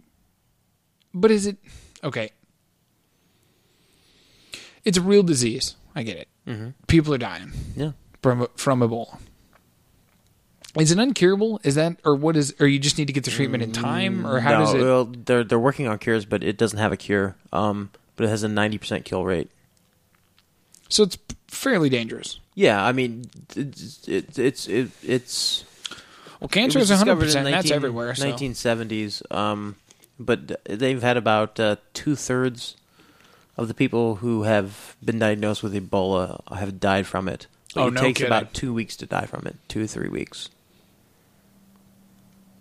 A: But is it okay? It's a real
C: Mm-hmm.
A: disease. I get it. People are dying
C: yeah,
A: from from Ebola. Is it uncurable? Is that or what is or you just need to get the treatment in time or how
C: Mm, no,
A: does it?
C: well, they're they're working on cures, but it doesn't have a cure. Um, but it has a ninety percent kill rate.
A: so it's fairly dangerous.
C: Yeah, I mean, it's it's it's it, it's
A: Well,
C: it
A: cancer
C: was
A: is 100.
C: discovered in
A: percent That's
C: 19
A: everywhere. So.
C: 1970s. Um, but they've had about uh, two thirds of the people who have been diagnosed with Ebola have died from it. But
A: Oh,
C: it
A: no
C: takes
A: kidding.
C: about two weeks to die from it, two or three weeks.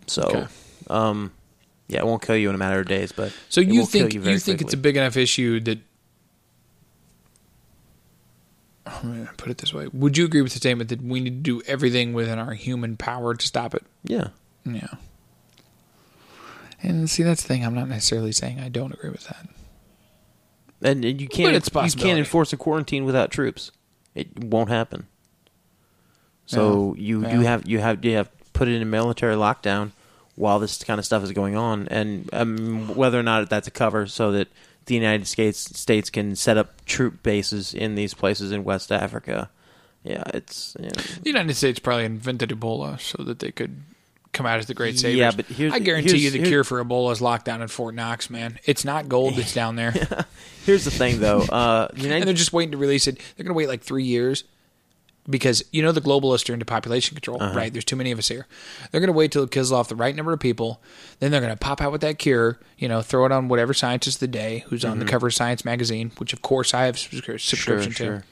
C: So,
A: Okay.
C: um, yeah, it won't kill you in a matter of days, but
A: So
C: it
A: you
C: will kill
A: think you,
C: very
A: think it's a
C: quickly.
A: big enough issue that Oh, man, put it this way: Would you agree with the statement that we need to do everything within our human power to stop it?
C: yeah.
A: Yeah. And see, that's the thing. I'm not necessarily saying I don't agree with that.
C: And, and you can't
A: it's
C: you
A: possibility.
C: can't enforce a quarantine without troops. It won't happen. So you you
A: Yeah.
C: have you have you have put it in a military lockdown while this kind of stuff is going on, and um, whether or not that's a cover so that the United States states can set up troop bases in these places in West Africa. Yeah, it's you know,
A: The United States probably invented Ebola so that they could come out as the great saviors.
C: Yeah, but here's-
A: I guarantee
C: here's-
A: you, the
C: here's-
A: cure for Ebola is locked down in Fort Knox, man. It's not
C: *laughs*
A: gold; it's down there,
C: here's the thing
A: *laughs*
C: though. Uh, the
A: and they're
C: United
A: just waiting to release it. They're going to wait like three years because you know the globalists are into population control,
C: Uh-huh.
A: right? There's too many of us here. They're going to wait till it kills off the right number of people. Then they're going to pop out with that cure. You know, throw it on whatever scientist of the day who's on the
C: Mm-hmm.
A: cover of Science magazine, which of course I have subscri- subscription to.
C: sure.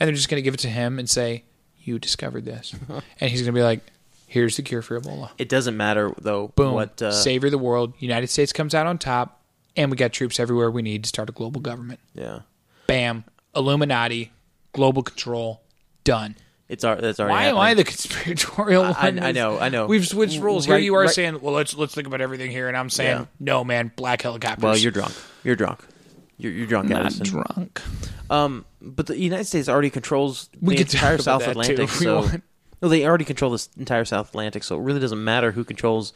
A: And they're just going to give it to him and say, "You
C: *laughs*
A: discovered this," and he's going to be like. Here's the cure for Ebola.
C: it doesn't matter though.
A: Boom.
C: What uh,
A: Savor the world. United States comes out on top, and we got troops everywhere we need to start a global government.
C: yeah,
A: Bam. Illuminati. Global control. Done.
C: it's our that's already
A: Why am
C: happening.
A: I the conspiratorial
C: *laughs* I-
A: one?
C: I know, I know.
A: We've switched rules. Here
C: Right-
A: you are
C: right-
A: saying, "Well, let's let's think about everything here," and I'm saying,
C: Yeah.
A: "No, man, black helicopters."
C: Well, you're drunk. You're drunk. You're, you're drunk.
A: not
C: Addison.
A: drunk.
C: Um, but the United States already controls the
A: We could talk
C: entire
A: about
C: South
A: that, too,
C: Atlantic.
A: if we
C: so
A: want.
C: no, they already control this entire South Atlantic. So it really doesn't matter who controls.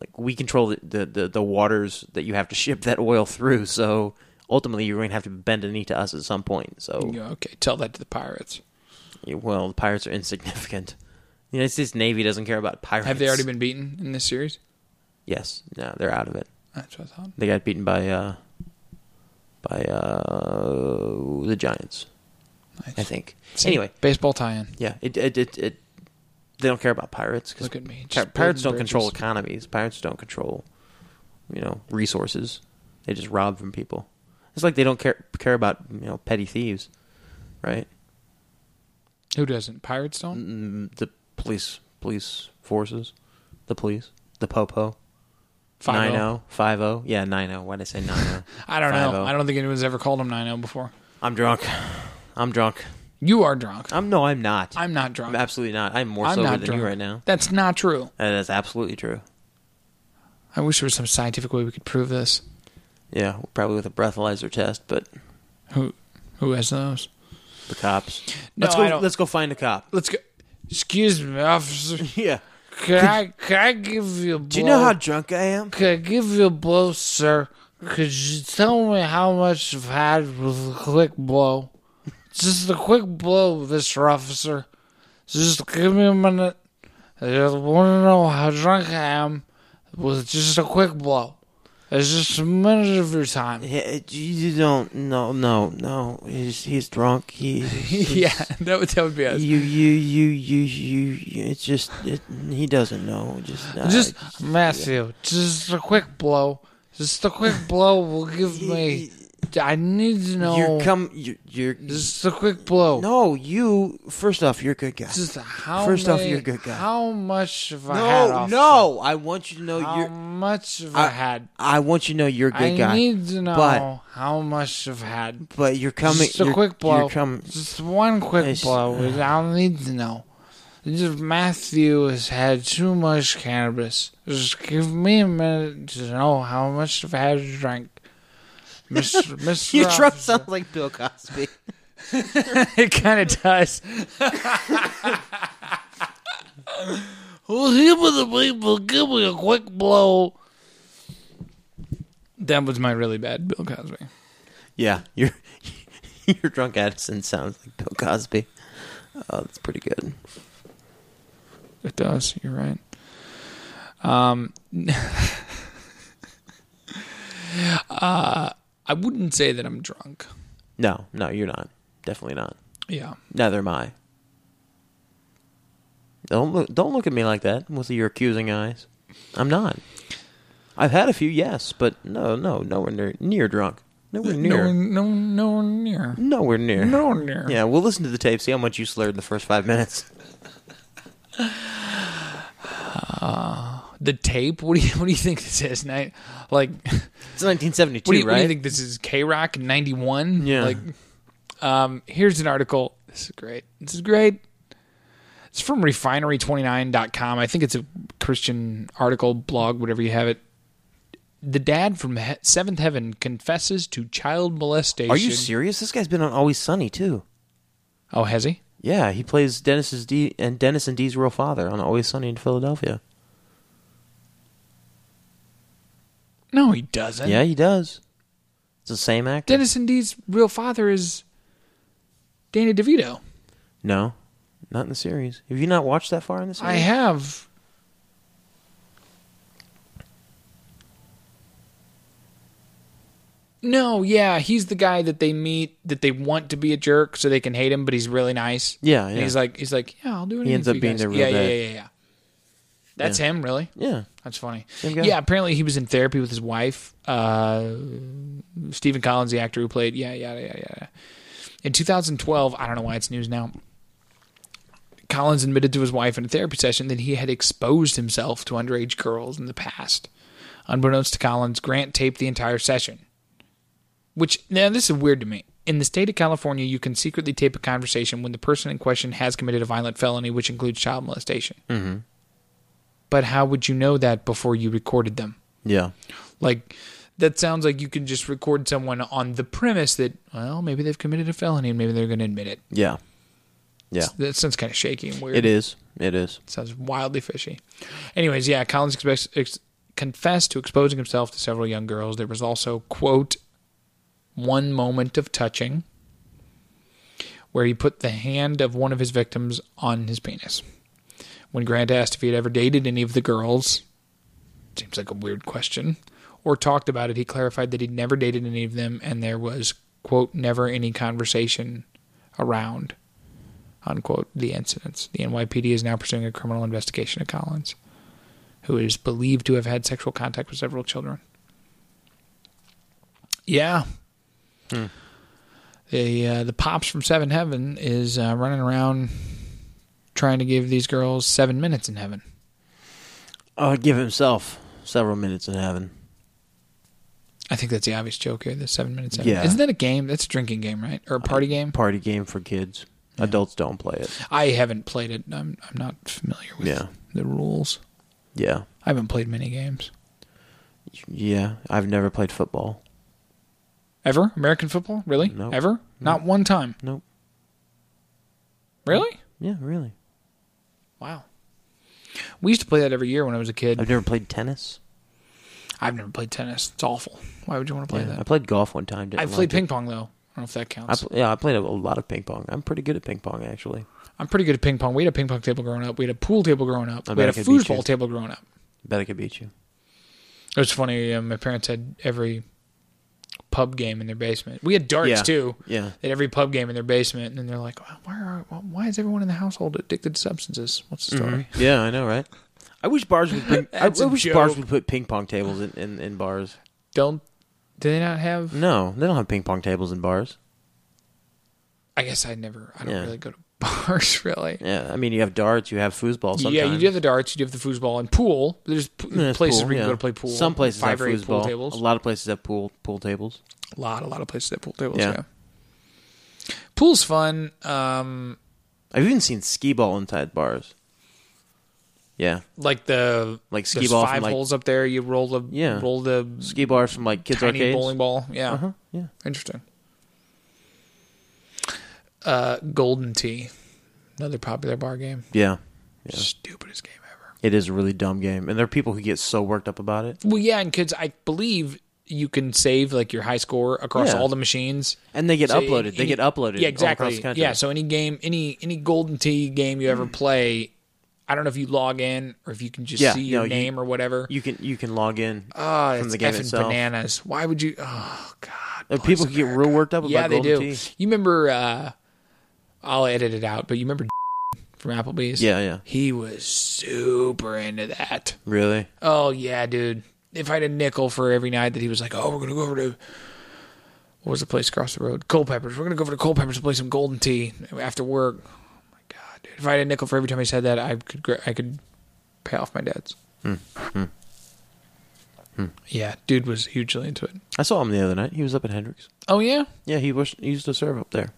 C: Like we control the the, the, the waters that you have to ship that oil through. So ultimately, you're going to have to bend a knee to us at some point. So
A: Yeah, okay, tell that to the pirates.
C: well, the pirates are insignificant. The United States Navy doesn't care about pirates.
A: Have they already been beaten in this series?
C: Yes. No, they're out of it.
A: That's what I thought.
C: They got beaten by uh by uh the Giants. I think. Anyway,
A: baseball tie-in.
C: Yeah, it it it, it they don't care about pirates because
A: Look at me, just
C: pirates don't
A: building
C: control
A: bridges.
C: economies. Pirates don't control, you know, resources. They just rob from people. It's like they don't care care about you know petty thieves, right?
A: Who doesn't? Pirates don't.
C: Mm, The police police forces, the police, the popo.
A: 5-0.
C: 9-0, 5-0. oh. Yeah, 9-0. Why did I say 9-0?
A: oh. *laughs* I don't
C: 5-0.
A: know. I don't think anyone's ever called him 9 before.
C: oh. I'm drunk. I'm drunk.
A: You are drunk.
C: I'm no, I'm not.
A: I'm not drunk.
C: I'm absolutely not. I'm more
A: I'm
C: sober
A: not
C: than
A: drunk
C: you right now.
A: That's not true.
C: That is absolutely true.
A: I wish there was some scientific way we could prove this.
C: Yeah, probably with a breathalyzer test, but
A: Who who has those?
C: The cops.
A: No,
C: let's go.
A: I don't-
C: Let's go find a cop.
A: Let's go. Excuse me, officer.
C: *laughs*
A: *laughs*
C: Yeah.
A: Can I can I give you a blow?
C: Do you know how drunk I am?
A: can I give you a blow, sir? Could you tell me how much you've had with a quick blow? *laughs* Just a quick blow, Mr. Officer. Just give me a minute. I just want to know how drunk I am with just a quick blow. It's just a minute of your time.
C: Yeah, you you don't. No, no, no. He's he's drunk. *laughs* He.
A: *laughs* yeah, that would that would be us.
C: You, you, you, you, you, you. It's just it, he doesn't know. Just, uh,
A: *laughs* Just Matthew, just a quick blow. Just a quick blow will *laughs* give me. I need to know.
C: You're come. You're, you're.
A: just a quick blow.
C: No, you. First off, you're a good guy.
A: Just how
C: First off,
A: many-
C: you're a good guy.
A: How much have I had?
C: no,
A: officer?
C: no. I want you to know
A: How
C: you're.
A: much have I,
C: I-
A: had?
C: I want you to know you're a good
A: I
C: guy.
A: need to know
C: But
A: how much I've had.
C: but you're coming.
A: just a
C: you're-
A: quick blow.
C: You're coming.
A: Just one quick
C: It's- *sighs*
A: blow. I don't need to know. Just Matthew has had too much cannabis. Just give me a minute to know how much I've had to
C: *laughs*
A: drink. Mr. Mr.
C: Your truck
A: Officer.
C: sounds like Bill Cosby.
A: *laughs* It kind of does. *laughs* well, him and the people give me a quick blow. That was my really bad Bill Cosby.
C: Yeah, your *laughs* your drunk Addison sounds like Bill Cosby. Oh, that's pretty good.
A: It does. You're right. Um, *laughs* uh, I wouldn't say that I'm drunk.
C: No, no, you're not. Definitely not.
A: Yeah.
C: Neither am I. Don't look, don't look at me like that with your accusing eyes. I'm not. I've had a few, yes, but no, no, nowhere near, near drunk. Nowhere
A: No,
C: near.
A: one- no, no one near.
C: Nowhere near.
A: No one near.
C: Yeah, we'll listen to the tape, see how much you slurred in the first five minutes. *laughs*
A: The tape. What do you What do you think this is? Night like *laughs*
C: It's 1972,
A: what do, you,
C: right?
A: what do you think this is? K Rock '91.
C: Yeah.
A: Like, um, here's an article. This is great. This is great. It's from refinery29.com. I think it's a Christian article, blog, whatever you have it. The dad from he- Seventh Heaven confesses to child molestation.
C: Are you serious? This guy's been on Always Sunny too.
A: Oh, has he?
C: Yeah, he plays Dennis's D and Dennis and Dee's real father on Always Sunny in Philadelphia.
A: No, he doesn't.
C: Yeah, he does. It's the same actor.
A: Dennis and Dee's real father is Danny DeVito.
C: No, not in the series. Have you not watched that far in the series?
A: I have. No, yeah, he's the guy that they meet that they want to be a jerk so they can hate him, but he's really nice.
C: Yeah,
A: And
C: yeah.
A: he's like, he's like, yeah, I'll do anything.
C: ends
A: for
C: up
A: you
C: being
A: guys."
C: their real
A: yeah,
C: dad.
A: yeah, yeah, yeah, yeah. That's him, really.
C: Yeah.
A: That's funny.
C: Same guy.
A: Yeah, apparently he was in therapy with his wife, uh, Stephen Collins, the actor who played. Yeah, yeah, yeah, yeah. yeah. In 2012, I don't know why it's news now. Collins admitted to his wife in a therapy session that he had exposed himself to underage girls in the past. Unbeknownst to Collins, Grant taped the entire session. Which now this is weird to me. In the state of California, you can secretly tape a conversation when the person in question has committed a violent felony, which includes child molestation. Mm-hmm. But how would you know that before you recorded them?
C: Yeah.
A: Like that sounds like you can just record someone on the premise that well, maybe they've committed a felony and maybe they're going to admit it.
C: Yeah. Yeah.
A: That sounds kind of shaky and weird.
C: It is. It is.
A: Sounds wildly fishy. Anyways, yeah, Collins expects, ex- confessed to exposing himself to several young girls. There was also, quote, one moment of touching where he put the hand of one of his victims on his penis. When Grant asked if he had ever dated any of the girls, seems like a weird question, or talked about it, he clarified that he'd never dated any of them and there was, quote, never any conversation around unquote, the incidents. The NYPD is now pursuing a criminal investigation of Collins, who is believed to have had sexual contact with several children. Yeah.
C: Hmm.
A: The uh, the pops from Seven Heaven is uh, running around trying to give these girls seven minutes in heaven.
C: Uh, give himself several minutes in heaven.
A: I think that's the obvious joke here. The seven minutes. in heaven.
C: Yeah.
A: Isn't that a game? That's a drinking game, right? Or a party game?
C: Party game for kids. Adults don't play it.
A: I haven't played it. I'm I'm not familiar with
C: Yeah.
A: the rules.
C: Yeah.
A: I haven't played many games
C: Yeah. I've never played football.
A: ever. American football, really?
C: Nope.
A: Ever? Not one time.
C: Nope.
A: Really?
C: Yeah, really.
A: Wow. We used to play that every year when I was a kid.
C: I've never played tennis.
A: I've never played tennis. It's awful. Why would you want to play
C: Yeah, I
A: that?
C: played golf one time. Didn't
A: I have played
C: like
A: ping pong though. I don't know if that
C: it. I
A: counts.
C: pl- yeah, I played a lot of ping pong. I'm pretty good at ping pong actually.
A: I'm pretty good at ping pong. We had a ping pong table growing up. We had a pool table growing up.
C: I
A: we
C: bet
A: had
C: I
A: a
C: could beat you.
A: foosball table growing up.
C: Bet I could beat you.
A: It was funny. Uh, my parents had every pub game in their basement. We had darts
C: Yeah.
A: too.
C: Yeah.
A: At every pub game in their basement, and then they're like, "Why are why is everyone in the household addicted to substances? What's the story?"
C: Yeah, I know, right? *laughs* I wish bars would. Bring, I,
A: That's a
C: wish bars
A: joke.
C: would put ping pong tables in, in, in bars.
A: Don't do they not have?
C: No, they don't have ping pong tables in bars.
A: I guess I never. I don't
C: Yeah.
A: really go to *laughs* bars really.
C: Yeah, I mean you have darts, you have foosball. Sometimes.
A: Yeah, you do have the darts, you do have the foosball and pool. There's p-
C: Yeah, it's
A: places
C: pool,
A: where you
C: yeah.
A: can go to play pool.
C: Some places
A: five
C: have
A: or eight pool
C: foosball.
A: tables.
C: A lot of places have pool pool tables.
A: A lot, a lot of places have pool tables. Yeah.
C: Yeah.
A: Pool's fun. Um,
C: I've even seen skee ball inside bars. Yeah,
A: like the
C: Like skee
A: there's
C: ball from,
A: five
C: like-
A: holes up there. You roll the
C: Yeah.
A: roll the
C: ski bars from like kids
A: tiny
C: arcades.
A: bowling ball. Yeah,
C: Uh-huh, yeah.
A: interesting. Uh, Golden Tee, another popular bar game.
C: Yeah,
A: Stupidest game ever.
C: it is a really dumb game, and there are people who get so worked up about it,
A: Well, yeah, and kids, I believe you can save like your high score across
C: Yeah.
A: all the machines.
C: and they get
A: So
C: uploaded. they
A: any-
C: get uploaded. all
A: Yeah,
C: across
A: exactly.
C: the country.
A: Yeah, so any game, any any golden tee game you ever play, I don't know if you log in or if you can just
C: Mm. Yeah,
A: see your
C: no, you-
A: name or whatever.
C: You can you can log in
A: Ah,
C: from
A: it's
C: the game
A: effing
C: itself.
A: bananas. Why would you? Oh God.
C: Uh,
A: Place
C: People can get real worked up about
A: yeah, they
C: Golden
A: do.
C: Tee.
A: You remember? uh I'll edit it out, but you remember *laughs* from Applebee's?
C: Yeah, yeah.
A: He was super into that.
C: Really?
A: Oh yeah, dude. If I had a nickel for every night that he was like, "Oh, we're gonna go over to what was the place across the road? Culpepper's. We're gonna go over to Culpepper's to play some Golden Tea after work." Oh my god, dude! If I had a nickel for every time he said that, I could gra- I could pay off my debts.
C: Hmm.
A: Yeah, dude was hugely into it.
C: I saw him the other night. He was up at Hendrix.
A: Oh yeah,
C: Yeah, he was he used to serve up there.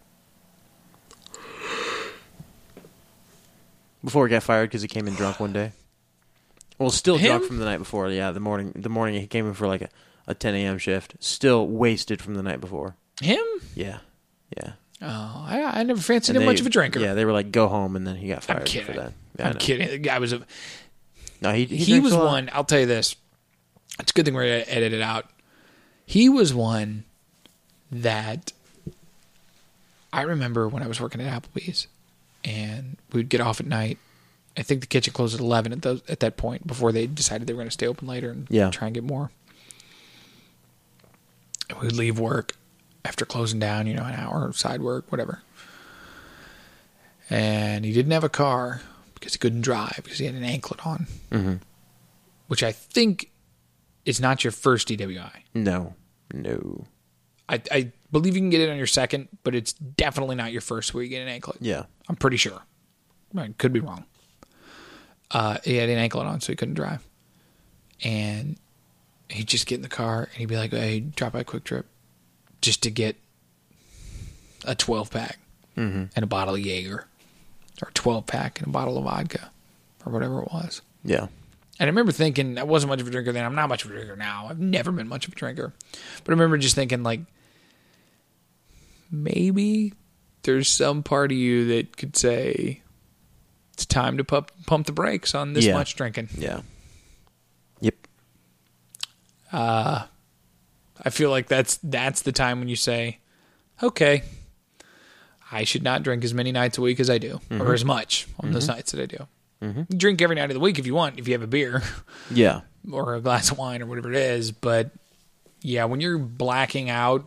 C: Before he got fired because he came in drunk one day. Well, still drunk
A: Him?
C: from the night before. Yeah, the morning the morning he came in for like a, a 10 a.m. shift. Still wasted from the night before.
A: him.
C: Yeah, yeah.
A: Oh, I, I never fancied
C: And
A: him
C: they-
A: much of a drinker.
C: Yeah, they were like, "Go home," and then he got
A: I'm
C: fired for
A: kidding.
C: that. Yeah, I
A: I'm
C: know.
A: kidding. The guy was a
C: No, he he,
A: he,
C: drinks
A: was
C: a lot.
A: one. I'll tell you this. It's a good thing we're gonna edit it out. He was one that I remember when I was working at Applebee's, and we'd get off at night. I think the kitchen closed at eleven at those at that point before they decided they were going to stay open later and
C: Yeah.
A: try and get more. And we'd leave work after closing down, you know, an hour side work, whatever. And he didn't have a car because he couldn't drive because he had an anklet on which I think is not your first DWI.
C: No, no.
A: I, I believe you can get it on your second, but it's definitely not your first where you get an anklet.
C: Yeah,
A: I'm pretty sure. I could be wrong. Uh, he had an anklet on, so he couldn't drive. And he'd just get in the car and he'd be like, hey, drop by Quick Trip just to get a 12 pack and a bottle of Jaeger or a 12 pack and a bottle of vodka or whatever it was.
C: yeah.
A: And I remember thinking I wasn't much of a drinker then. I'm not much of a drinker now. I've never been much of a drinker. But I remember just thinking like maybe there's some part of you that could say it's time to pump pump the brakes on this
C: Yeah.
A: much drinking.
C: Yeah. Yep.
A: I feel like that's that's the time when you say, "Okay, I should not drink as many nights a week as I do, or as much on those nights that I do." Drink every night of the week if you want, if you have a beer.
C: Yeah.
A: or a glass of wine or whatever it is. But yeah, when you're blacking out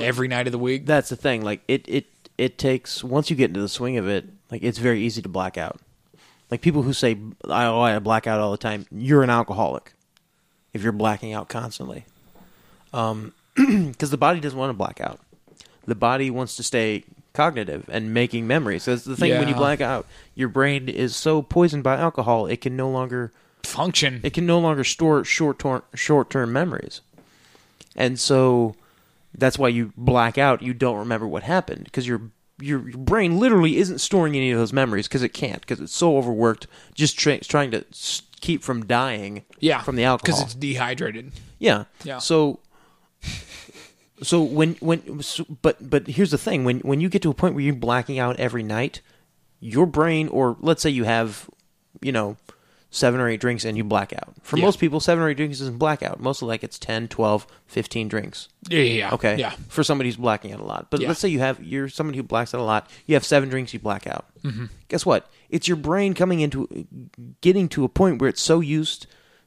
A: every night of the week,
C: That's the thing. Like it it it takes once you get into the swing of it, like it's very easy to black out. Like people who say, "Oh, I black out all the time." You're an alcoholic if you're blacking out constantly, *clears throat* because the body doesn't want to black out. The body wants to stay cognitive and making memories. So that's the thing. When you
A: Yeah.
C: black out, your brain is so poisoned by alcohol, it can no longer
A: function.
C: it can no longer store short term short term memories, and so that's why you black out. You don't remember what happened because your your your brain literally isn't storing any of those memories because it can't because it's so overworked just tra- trying to s- keep from dying
A: yeah,
C: from the alcohol
A: because it's dehydrated.
C: yeah.
A: Yeah.
C: So so when when so, but but here's the thing when when you get to a point where you're blacking out every night, your brain or let's say you have you know seven or eight drinks and you black out. For
A: Yeah.
C: most people, seven or eight drinks isn't blackout. Most of like it's 10, 12, 15 drinks.
A: Yeah, yeah, yeah.
C: Okay.
A: yeah,
C: For somebody who's blacking out a lot. But
A: Yeah.
C: let's say you have you're somebody who blacks out a lot. You have seven drinks, you black out. Mm-hmm. Guess what? It's your brain coming into getting to a point where it's so used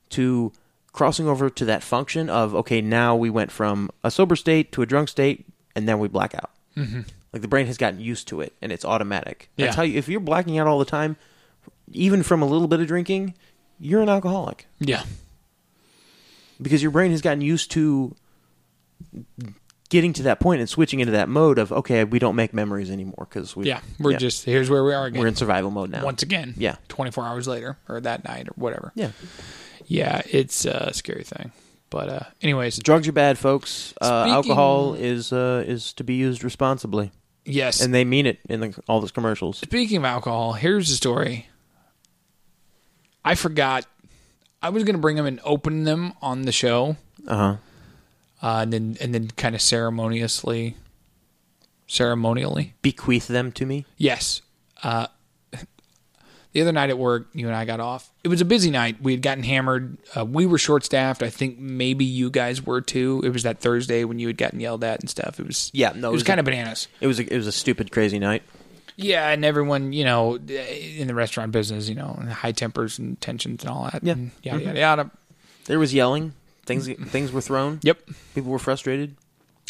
C: to crossing over to that function of okay, now we went from a sober state to a drunk state, and then we black out. Mm-hmm. Like the brain has gotten used to it, and it's automatic.
A: Yeah.
C: That's how you. If you're blacking out all the time, even from a little bit of drinking, you're an alcoholic
A: yeah.
C: because your brain has gotten used to getting to that point and switching into that mode of okay, we don't make memories anymore because we
A: Yeah, we're just here's where we are again.
C: we're in survival mode now.
A: once again.
C: Yeah.
A: 24 hours later or that night or whatever.
C: yeah,
A: Yeah, it's a scary thing. But uh anyways,
C: drugs are bad, folks. Uh,
A: Speaking-
C: alcohol is uh, is to be used responsibly,
A: yes.
C: and they mean it in the, all those commercials.
A: Speaking of alcohol, here's the story. I forgot. I was going to bring them and open them on the show,
C: Uh huh.
A: uh, and then and then kind of ceremoniously, ceremonially.
C: Bequeath them to me.
A: Yes. Uh, *laughs* the other night at work, you and I got off. It was a busy night. We had gotten hammered. Uh, we were short staffed. I think maybe you guys were too. It was that Thursday when you had gotten yelled at and stuff. It was
C: Yeah, no, it
A: it was
C: was-
A: kind of bananas.
C: It was a, it was a stupid crazy night.
A: yeah, and everyone, you know, in the restaurant business, you know, and high tempers and tensions and all that.
C: Yeah. Mm-hmm.
A: and yada yada yada.
C: There was yelling. Things
A: Mm-hmm.
C: things were thrown.
A: Yep.
C: People were frustrated.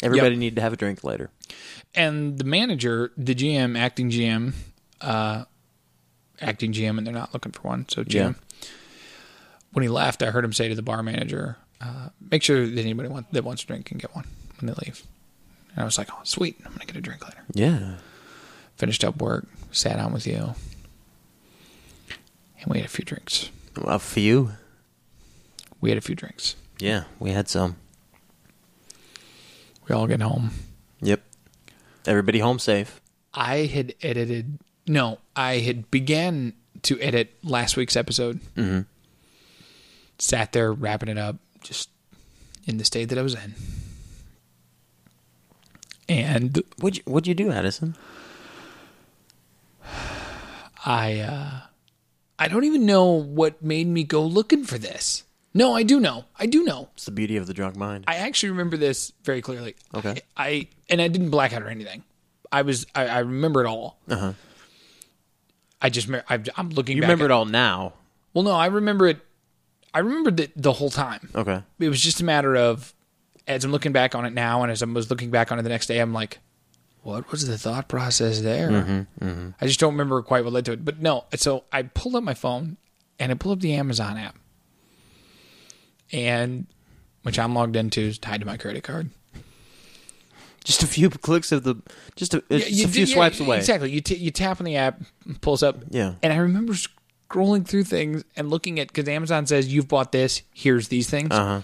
C: Everybody needed to have a drink later.
A: And the manager, the GM, acting GM, uh, acting GM, and they're not looking for one. So GM.
C: Yeah.
A: When he left, I heard him say to the bar manager, uh, "Make sure that anybody want, that wants a drink can get one when they leave." And I was like, "Oh, sweet! I'm gonna get a drink later."
C: Yeah.
A: Finished up work, sat down with you, and we had a few drinks.
C: A few.
A: We had a few drinks.
C: Yeah, we had some.
A: We all get home.
C: Yep. Everybody home safe.
A: I had edited. No, I had began to edit last week's episode. Mm-hmm. Sat there wrapping it up, just in the state that I was in. And
C: What'd you, what'd you do, Addison?
A: I, uh, I don't even know what made me go looking for this. No, I do know. I do know.
C: It's the beauty of the drunk mind.
A: I actually remember this very clearly.
C: Okay.
A: I, I- and I didn't black out or anything. I was I, I remember it all. Uh-huh. I just me- I, I'm looking.
C: you
A: back
C: remember it
A: at-
C: all now.
A: Well, no, I remember it. I remembered it the whole time.
C: Okay.
A: It was just a matter of as I'm looking back on it now, and as I was looking back on it the next day, I'm like, what was the thought process there?
C: Mm-hmm,
A: I just don't remember quite what led to it. But no, so I pulled up my phone and I pulled up the Amazon app, and which I'm logged into is tied to my credit card.
C: Just a few clicks of the, just a,
A: Yeah,
C: just a
A: d-
C: few
A: yeah,
C: swipes
A: yeah,
C: away.
A: Exactly. You t- you tap on the app, pulls up.
C: Yeah.
A: And I remember scrolling through things and looking at because Amazon says you've bought this. Here's these things.
C: Uh-huh.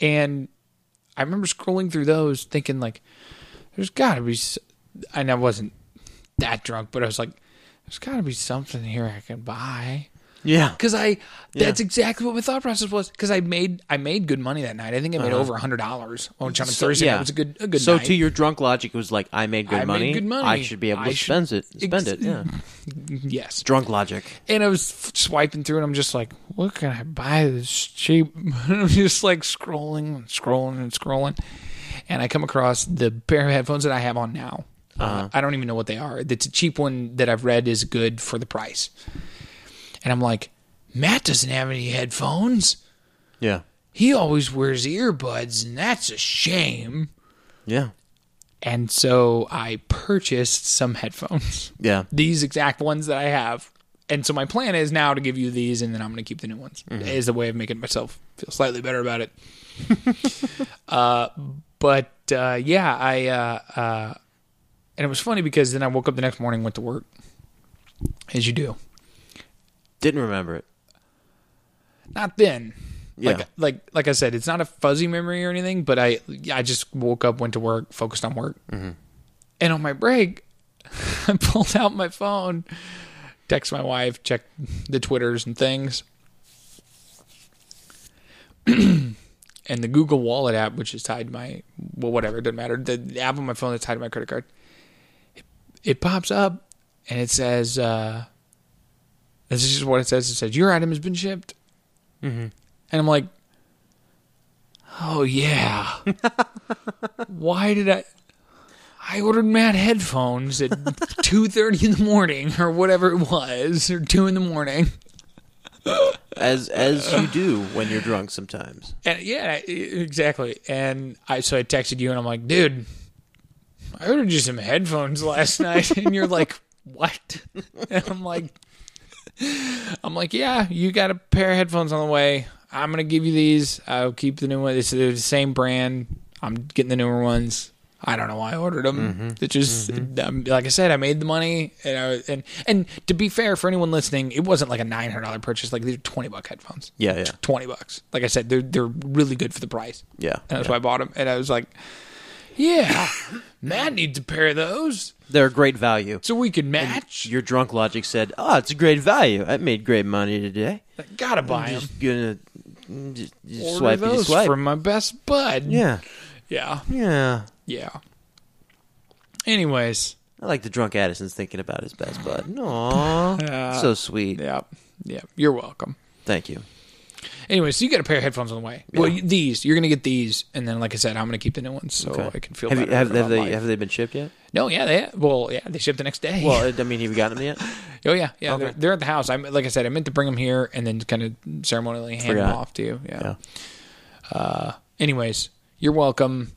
A: And I remember scrolling through those, thinking like, "There's got to be," s- and I wasn't that drunk, but I was like, "There's got to be something here I can buy."
C: Yeah.
A: Because I, that's exactly what my thought process was. Because I made, I made good money that night. I think I made over a hundred dollars on John and Thursday. night. It was a good, a
C: Uh-huh.
A: good.
C: So
A: night.
C: to your drunk logic, it was like I made good
A: I made
C: money.
A: good money.
C: I should be able
A: I
C: to
A: should-
C: spend it. Spend
A: Ex- mm.
C: it. Yeah.
A: yes,
C: Drunk logic.
A: and I was f- swiping through, and I'm just like, "What can I buy that's cheap?" *laughs* And I'm just like scrolling and scrolling and scrolling, and I come across the pair of headphones that I have on now. uh I don't even know what they are. It's a cheap one that I've read is good for the price, and I'm like, "Matt doesn't have any headphones.
C: Yeah.
A: He always wears earbuds, and that's a shame."
C: Yeah.
A: And so I purchased some headphones
C: Yeah.
A: these exact ones that I have. And so my plan is now to give you these, and then I'm going to keep the new ones. Is a way of making myself feel slightly better about it. *laughs* uh, but uh, yeah, I uh, uh, and it was funny because then I woke up the next morning, went to work, as you do.
C: Didn't remember it.
A: Not then,
C: Yeah.
A: like like like I said, it's not a fuzzy memory or anything. But I I just woke up, went to work, focused on work, and on my break, *laughs* I pulled out my phone, text my wife, check the Twitters and things. *clears throat* and the Google Wallet app, which is tied to my, well, whatever, it doesn't matter. The the app on my phone that's tied to my credit card, it, it pops up and it says, uh, this is just what it says. It says, your item has been shipped. And I'm like, oh, yeah. Why did I? I ordered Matt headphones at 2.30 in the morning or whatever it was, or 2 in the morning.
C: As as you do when you're drunk sometimes.
A: And yeah, e- exactly. And I so I texted you and I'm like, dude, I ordered you some headphones last night, and you're like, what? And I'm like, I'm like, yeah, you got a pair of headphones on the way. I'm gonna give you these. I'll keep the new one. It's they're the same brand. I'm getting the newer ones. I don't know why I ordered them.
C: Mm-hmm.
A: It just, um, like I said, I made the money, and I, and and to be fair for anyone listening, it wasn't like a nine hundred dollar purchase. Like these are twenty buck headphones
C: Yeah, yeah.
A: twenty bucks. Like I said, they're they're really good for the price.
C: Yeah.
A: and that's why I bought them. And I was like, yeah, Matt needs a pair of those
C: They're a great value.
A: so we can match.
C: Your drunk logic said, "Oh, it's a great value. I made great money today.
A: Gotta buy them.
C: Just gonna mm, just, just
A: Order
C: swipe you
A: those
C: swipe.
A: for my best bud.
C: yeah,
A: yeah,
C: yeah.
A: yeah. Anyways,
C: I like the drunk Addison's thinking about his
A: *laughs*
C: best bud. Aww, so sweet.
A: yeah, yeah. You're welcome.
C: Thank you.
A: Anyway, so you got a pair of headphones on the way. Well, you- these you're gonna get these, and then like I said, I'm gonna keep the new ones so Oh, I can feel
C: have, you,
A: better.
C: have,
A: about
C: have they
A: life.
C: have they been shipped
A: *laughs*
C: yet?
A: no, yeah, they well, yeah, they ship the next day.
C: Well, I mean, have you gotten them yet?
A: oh yeah, yeah, they're,
C: okay.
A: they're at the house. I'm like I said, I meant to bring them here and then kind of ceremonially hand
C: Forgot.
A: them off to you. Yeah.
C: Yeah.
A: Uh, anyways, you're welcome.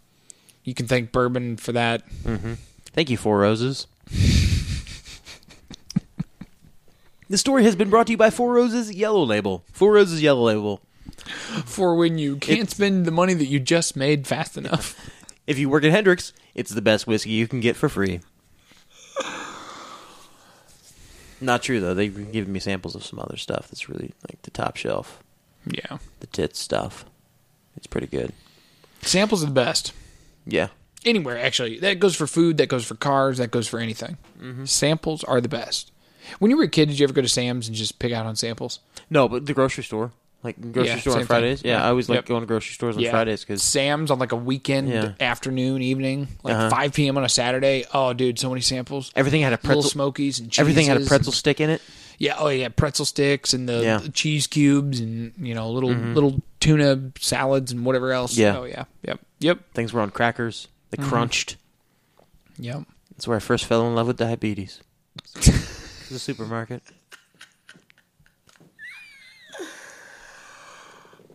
A: You can thank Bourbon for that.
C: Thank you, Four
A: *laughs*
C: Roses. the story has been brought to you by Four Roses Yellow Label. Four Roses Yellow Label.
A: For when you can't spend the money that you just made fast enough.
C: *laughs* If you work at Hendrix, it's the best whiskey you can get for free. Not true though. They've given me samples of some other stuff that's really like the top shelf,
A: yeah.
C: the tits stuff. It's pretty good.
A: Samples are the best.
C: Yeah.
A: anywhere actually that goes for food that goes for cars that goes for anything
C: Mm-hmm.
A: samples are the best when you were a kid did you ever go to sam's and just pick out on samples
C: No, but the grocery store, like grocery
A: Yeah,
C: store
A: same
C: on
A: thing.
C: Fridays. Yeah,
A: Yeah.
C: I always like
A: Yep.
C: going to grocery stores on Fridays 'cause
A: sam's on like a weekend
C: Yeah.
A: afternoon evening like
C: Uh-huh.
A: 5 p.m on a saturday oh dude so many samples
C: everything had a pretzel.
A: Little Smokies and
C: everything had a
A: cheeses
C: pretzel
A: and-
C: stick in it.
A: yeah oh yeah pretzel sticks and the,
C: Yeah. Mm-hmm.
A: the cheese cubes and you know little little tuna salads and whatever else
C: Yeah.
A: oh yeah yep yep
C: Things were on crackers. They
A: Mm-hmm.
C: crunched.
A: yep
C: That's where I first fell in love with diabetes. *laughs* the supermarket.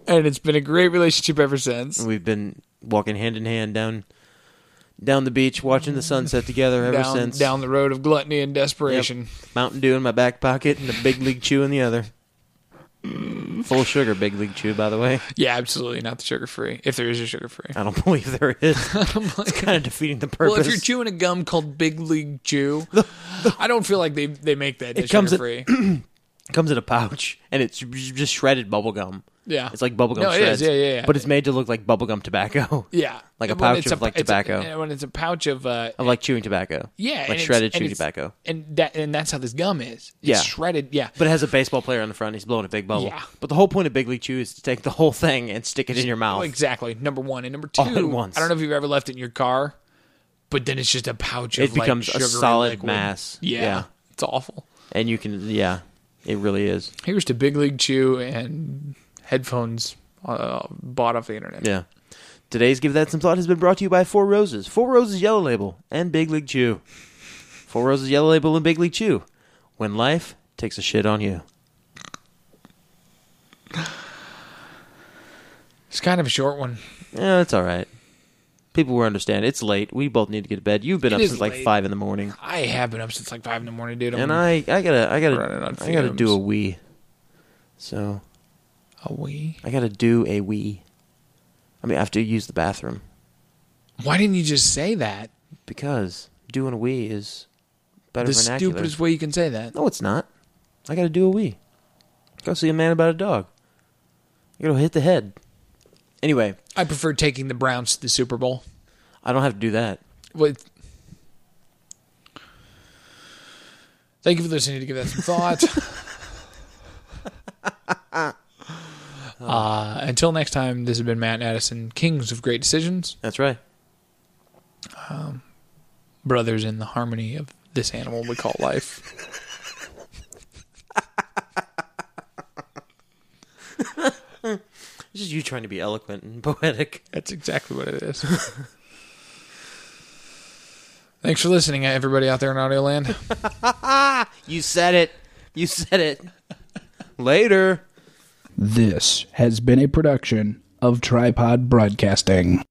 A: and it's been a great relationship ever since
C: We've been walking hand in hand down down the beach, watching the sunset together ever
A: down,
C: since.
A: down the road of gluttony and desperation
C: Mountain Dew in my back pocket and a Big League Chew in the other. Full sugar Big League Chew, by the way.
A: Yeah, absolutely not the sugar free. If there is a sugar free.
C: I don't *laughs* believe there
A: *laughs*
C: is. it's kind of defeating the purpose.
A: Oh Well, if you're chewing a gum called Big League
C: *laughs*
A: Chew, I don't feel like they, they make that
C: It comes
A: sugar
C: in-
A: free.
C: it comes in a pouch and it's just shredded bubble gum.
A: Yeah.
C: It's like bubblegum
A: Oh. No, it is.
C: shreds.
A: Yeah, yeah, yeah.
C: But it's made to look like bubblegum tobacco. *laughs*
A: yeah,
C: Like a
A: And when
C: pouch
A: it's
C: of, like,
A: it's
C: tobacco.
A: and when it's a pouch of uh,
C: Of like chewing tobacco.
A: yeah, and
C: Like
A: it's-
C: shredded
A: and
C: chewing
A: it's-
C: tobacco.
A: and that and that's how this gum is. It's
C: Yeah.
A: shredded. Yeah,
C: But it has a baseball player on the front. He's blowing a big bubble.
A: Yeah.
C: But the whole point of Big League Chew is to take the whole thing and stick it in your mouth.
A: exactly. Number one and number two.
C: All at once.
A: I don't know if you've ever left it in your car, but then it's just a pouch.
C: It
A: of, like,
C: becomes a
A: sugary
C: solid
A: liquid.
C: mass.
A: Yeah,
C: Yeah.
A: it's awful.
C: And you can, yeah, it really is.
A: Here's to Big League Chew and headphones uh, bought off the internet.
C: Yeah. Today's Give That Some Thought has been brought to you by Four Roses. Four Roses Yellow Label and Big League Chew. Four Roses Yellow Label and Big League Chew. When life takes a shit on you.
A: It's kind of a short one.
C: Yeah, it's all right. People will understand. It's late. We both need to get to bed. You've been
A: It
C: up
A: is
C: since like
A: late.
C: five in the morning,
A: I have been up since like five in the morning, dude. I'm
C: and I, I gotta, I
A: Running
C: gotta,
A: on
C: I gotta do
A: fumes.
C: a wee. So
A: a wee.
C: I gotta do a wee. I mean, I have to use the bathroom
A: Why didn't you just say that?
C: because doing a wee is better
A: The
C: vernacular.
A: stupidest way you can say that.
C: No, it's not. I gotta do a wee. Go see a man about a dog. You gotta hit the head. Anyway,
A: I prefer taking the Browns to the Super Bowl.
C: I don't have to do that.
A: With Thank you for listening to give that some thought. uh, until next time, this has been Matt and Addison, Kings of Great Decisions,
C: That's right.
A: brothers in the harmony of this animal we call life.
C: It's just you trying to be eloquent and *laughs* poetic.
A: That's exactly what it is. Thanks for listening, everybody out there in Audio Land.
C: You said it. You said it. Later.
D: This has been a production of Tripod Broadcasting.